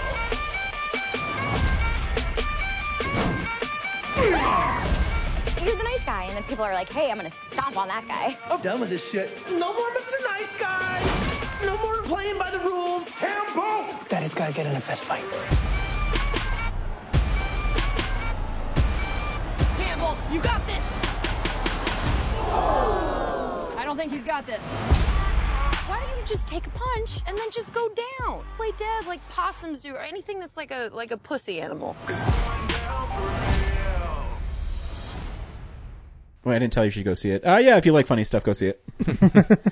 You're the nice guy, and then people are like, hey, I'm going to stomp on that guy. I'm done with this shit. No more Mr. Nice Guy! No more playing by the rules! Campbell! Daddy's gotta get in a fist fight. Campbell, you got this. I don't think he's got this. Why don't you just take a punch and then just go down? Play dead like possums do, or anything that's like a like a pussy animal. Well, I didn't tell you you should go see it. Uh, yeah, if you like funny stuff, go see it. but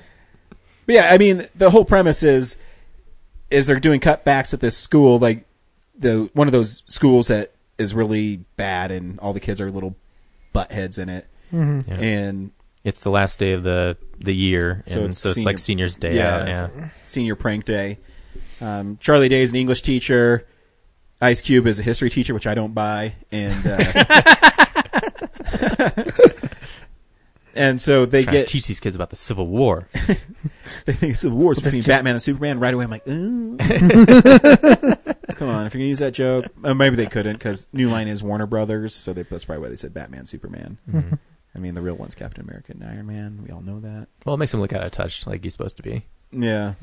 yeah, I mean, the whole premise is is they're doing cutbacks at this school, like the one of those schools that is really bad, and all the kids are little butt heads in it, Mhm. Yeah. and It's the last day of the the year, and so it's, like seniors' day out. Yeah, senior prank day. Um, Charlie Day is an English teacher. Ice Cube is a history teacher, which I don't buy, and uh, and so they Trying get to teach these kids about the Civil War. they think it's the wars between Batman and Superman. Right away, I'm like, ooh. Come on, if you're gonna use that joke, uh, maybe they couldn't because New Line is Warner Brothers, so they, that's probably why they said Batman, Superman. Mhm. I mean, the real one's Captain America and Iron Man. We all know that. Well, it makes him look out of touch, like he's supposed to be. Yeah.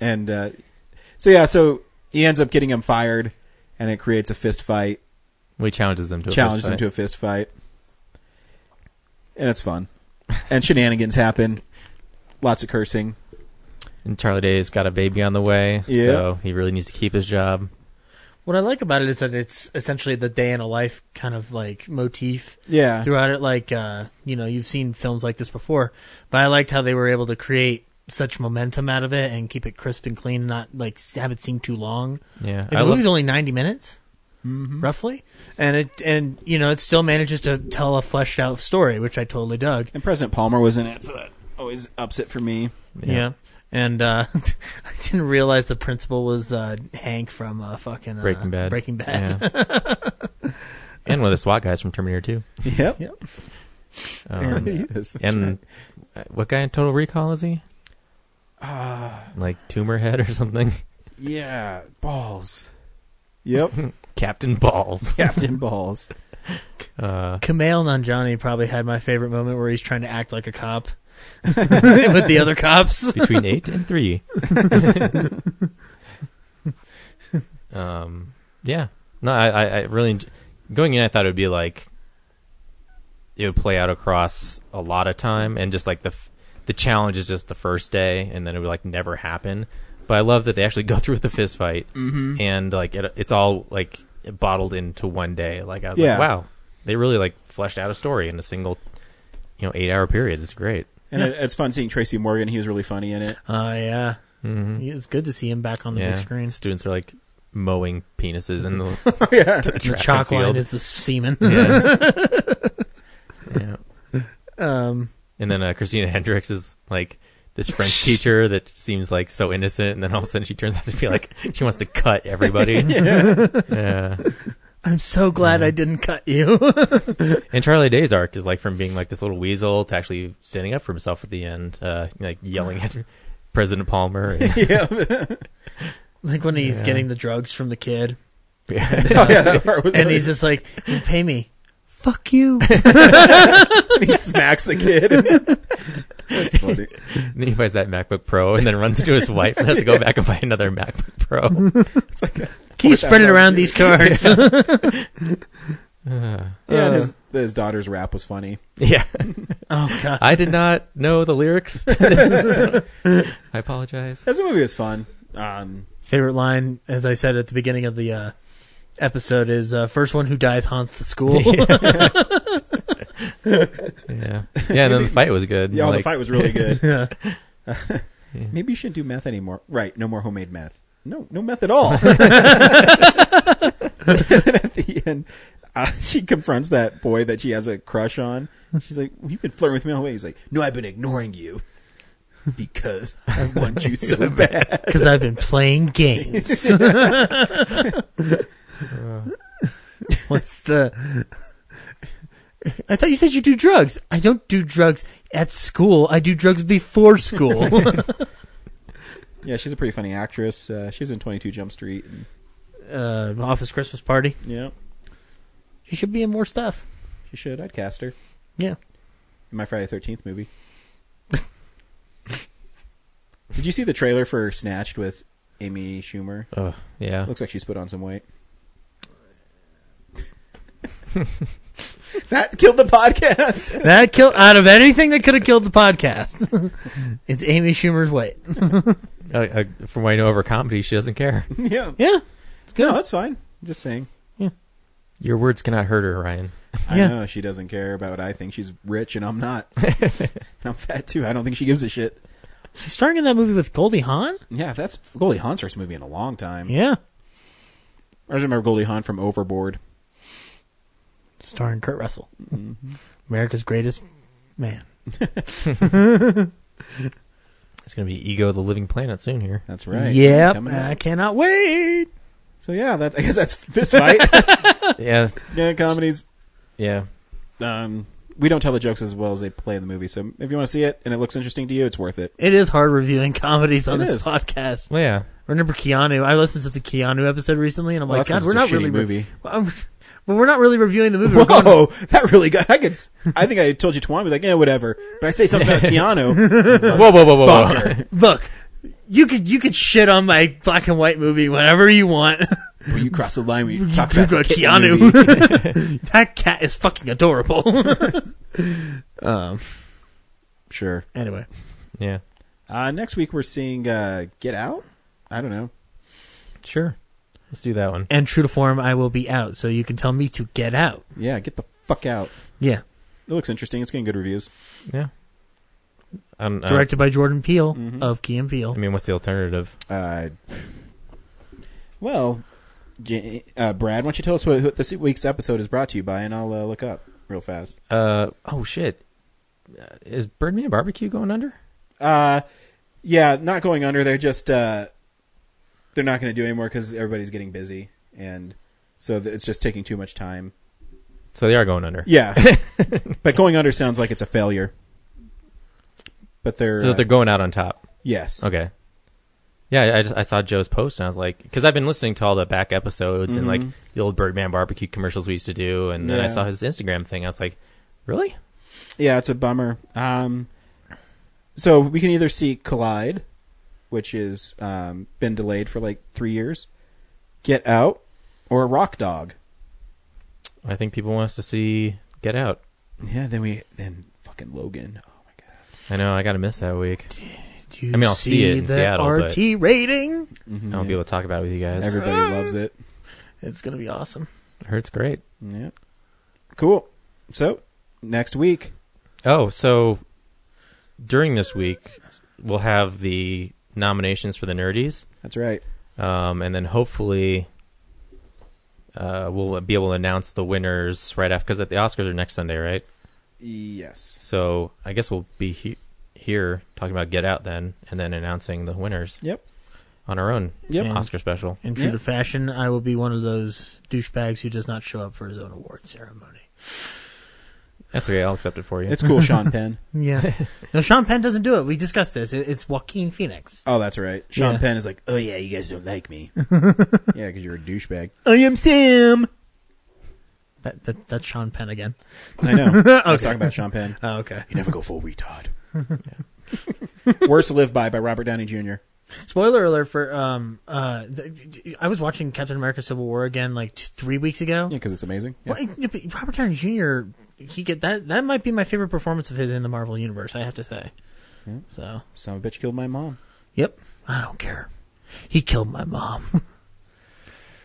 and uh, so yeah, so he ends up getting him fired, and it creates a fist fight. Well, he challenges them to a challenges fist him to a fist fight, and it's fun. And shenanigans happen. Lots of cursing. And Charlie Day's got a baby on the way, Yeah. so he really needs to keep his job. What I like about it is that it's essentially the day in a life kind of like motif. Yeah. Throughout it, like uh, you know, you've seen films like this before, but I liked how they were able to create such momentum out of it and keep it crisp and clean, not like s- have it seem too long. Yeah, like, the I love- movie's only ninety minutes, Mhm. roughly, and it and you know it still manages to tell a fleshed out story, which I totally dug. And President Palmer was in it, so that always ups it for me. Yeah. And uh, I didn't realize the principal was uh, Hank from uh, fucking uh, Breaking Bad. Breaking Bad. and one of the SWAT guys from Terminator Two. Yep. Yep. Um, Yes, that's and uh, what guy in Total Recall is he? Ah, Like Tumor Head or something? yeah, balls. Yep. Captain Balls. Captain Balls. Uh, Kumail Nanjiani probably had my favorite moment where he's trying to act like a cop with the other cops Between eight and three. um, yeah. No, I, I, I really enj- going in. I thought it would be like it would play out across a lot of time, and just like the f- the challenge is just the first day, and then it would like never happen. But I love that they actually go through with the fist fight, Mhm. and like it, it's all like bottled into one day. Like I was Yeah. like, wow, they really like fleshed out a story in a single, you know, eight hour period. It's great. And it, it's fun seeing Tracy Morgan. He was really funny in it. Oh yeah, Mhm. it's good to see him back on the Yeah. big screen. Students are like mowing penises in the, Oh, Yeah. to the The track chalk and line field. is the semen. Yeah. yeah. Um, and then uh, Christina Hendricks is like this French teacher that seems like so innocent, and then all of a sudden she turns out to be like she wants to cut everybody. Yeah. yeah. I'm so glad I didn't cut you. And Charlie Day's arc is like from being like this little weasel to actually standing up for himself at the end, uh, like yelling at President Palmer. and- like when he's Yeah. getting the drugs from the kid. Yeah. And, Oh, yeah, that part was- and he's just like, "You pay me. Fuck you. he smacks the kid. That's funny. And then he buys that MacBook Pro and then runs into his wife and has to go back and buy another MacBook Pro. It's like a Can you spread it around these cards? Yeah, Uh, Yeah, and his, his daughter's rap was funny. yeah. Oh, God. I did not know the lyrics to this. I apologize. This movie was fun. Um, Favorite line, as I said at the beginning of the uh, episode, is uh, first one who dies haunts the school. Yeah. Yeah, and then the fight was good. yeah, oh, the Like- fight was really good. Yeah. Maybe you shouldn't do meth anymore. Right, no more homemade meth. No, no meth at all. and at the end, uh, she confronts that boy that she has a crush on. She's like, well, "You've been flirting with me all the way." He's like, "No, I've been ignoring you because I want you so bad." Because I've been playing games. What's the. I thought you said you do drugs. I don't do drugs at school. I do drugs before school. yeah, she's a pretty funny actress. Uh, she was in Twenty Two Jump Street. And, uh, office Christmas party. yeah, She should be in more stuff. she should. I'd cast her Yeah. in my Friday Thirteenth movie. Did you see the trailer for Snatched with Amy Schumer? Uh. Ugh, yeah. Looks like she's put on some weight. that killed the podcast. That killed out of anything that could have killed the podcast. it's Amy Schumer's weight. Uh, uh, from what I know of her comedy, she doesn't care. yeah. Yeah, it's good. No, that's fine. I'm just saying. Your words cannot hurt her, Ryan. Yeah. I know she doesn't care about what I think. She's rich and I'm not. and I'm fat too. I don't think she gives a shit. She's starring in that movie with Goldie Hawn? Yeah, that's Goldie Hawn's first movie in a long time. Yeah. I just remember Goldie Hawn from Overboard. Starring Kurt Russell. America's greatest man. It's going to be Ego the Living Planet soon here. That's right. Yep. Coming up. I cannot wait. So yeah, that's I guess that's fist fight. yeah. yeah, comedies. Yeah. Um, we don't tell the jokes as well as they play in the movie. So if you want to see it and it looks interesting to you, it's worth it. It is hard reviewing comedies on It this is. podcast. Well, yeah. Remember Keanu? I listened to the Keanu episode recently, and I'm Well, like, that's God, we're 'cause not it's a really shitty movie. Well, but we're not really reviewing the movie. We're going- Whoa, that really got. I could. s- I think I told you Tuan was like, yeah, whatever. But I say something about Keanu. Whoa, whoa, whoa, whoa, whoa. Fucker. Look, you could you could shit on my black and white movie whenever you want. Well, you cross the line when you talk You about the go, kitten movie. Keanu. that cat is fucking adorable. um. Sure. Anyway, Yeah. Uh, next week we're seeing uh, Get Out. I don't know. Sure. Let's do that one. and true to form, I will be out, so you can tell me to get out. Yeah, get the fuck out. Yeah. It looks interesting. It's getting good reviews. Yeah. Um, uh, mm-hmm. Directed by Jordan Peele of Key and Peele. I mean, what's the alternative? Uh, well, J- uh, Brad, why don't you tell us what, what this week's episode is brought to you by, and I'll uh, look up real fast. Uh, oh, shit. Uh, Is Birdman Barbecue going under? Uh, yeah, not going under. They're just uh, they're not going to do anymore because everybody's getting busy, and so th- it's just taking too much time. So they are going under. Yeah, but going under sounds like it's a failure. But they're, So uh, they're going out on top. yes, Okay. Yeah, I- I, just, I saw Joe's post and I was like, because I've been listening to all the back episodes and like Mhm. the old Birdman barbecue commercials we used to do, and then I Yeah. saw his Instagram thing. I was like, really? yeah, it's a bummer. Um, so we can either see Collide, which is um, been delayed for like three years, Get Out, or Rock Dog. I think people want us to see Get Out. Yeah, then we then fucking Logan. Oh my god. I know I got to miss that week. Do you I mean, I'll see it in the Seattle, but- RT rating. I won't be able to talk about it with you guys. Everybody loves it. It's gonna be awesome. Hurts great. Yeah. Cool. So next week, Oh, so during this week we'll have the nominations for the Nerdies, that's right. um, and then hopefully uh, we'll be able to announce the winners right after because the Oscars are next Sunday, right? Yes. So I guess we'll be he- here talking about Get Out then, and then announcing the winners Yep. on our own Yep. Oscar special. In true Yeah. to fashion, I will be one of those douchebags who does not show up for his own award ceremony. That's okay. I'll accept it for you. It's cool, Sean Penn. Yeah. no, Sean Penn doesn't do it. We discussed this. It- It's Joaquin Phoenix. Oh, that's right. Sean Yeah. Penn is like, oh yeah, you guys don't like me. yeah, because you're a douchebag. I am Sam. That, that that's Sean Penn again. I know. I was talking about Sean Penn. Oh, okay. You never go full retard. Words to Live By by Robert Downey Jr. Spoiler alert for um uh, th- I was watching Captain America: Civil War again like t- three weeks ago. Yeah, because it's amazing. Yeah. Well, yeah, but Robert Downey Jr. He get that that might be my favorite performance of his in the Marvel universe. I have to say. So Son of a bitch killed my mom. yep, I don't care. He killed my mom.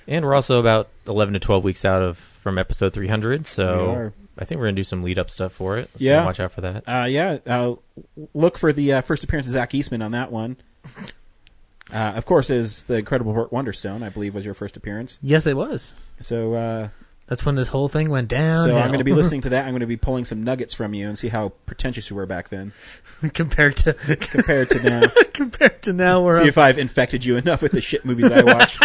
And we're also about 11 to 12 weeks out of from episode 300, We so are. I think we're going to do some lead up stuff for it. So Yeah. watch out for that. Uh, yeah, uh, look for the uh, first appearance of Zach Eastman on that one. Uh, of course, is the Incredible Wonderstone, I believe, was your first appearance. yes, it was. So, uh, That's when this whole thing went down. so I'm going to be listening to that. I'm going to be pulling some nuggets from you and see how pretentious you were back then compared to compared to now. compared to now where see I'm, if I've infected you enough with the shit movies I watch.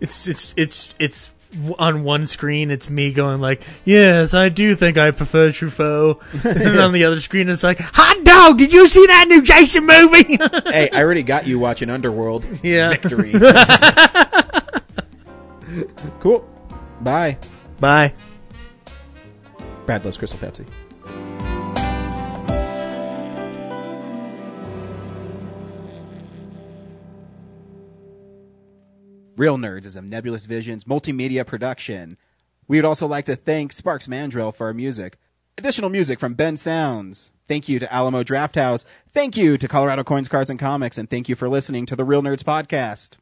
it's it's it's it's on one screen it's me going like yes I do think I prefer Truffaut and then on the other screen it's like hot dog did you see that new Jason movie hey, I already got you watching Underworld. Yeah. Victory. cool. Bye. bye Brad loves Crystal Pepsi. Real Nerds is a Nebulous Visions multimedia production. We would also like to thank Sparks Mandrell for our music. Additional music from Ben Sounds. Thank you to Alamo Drafthouse. Thank you to Colorado Coins, Cards, and Comics. And thank you for listening to the Real Nerds Podcast.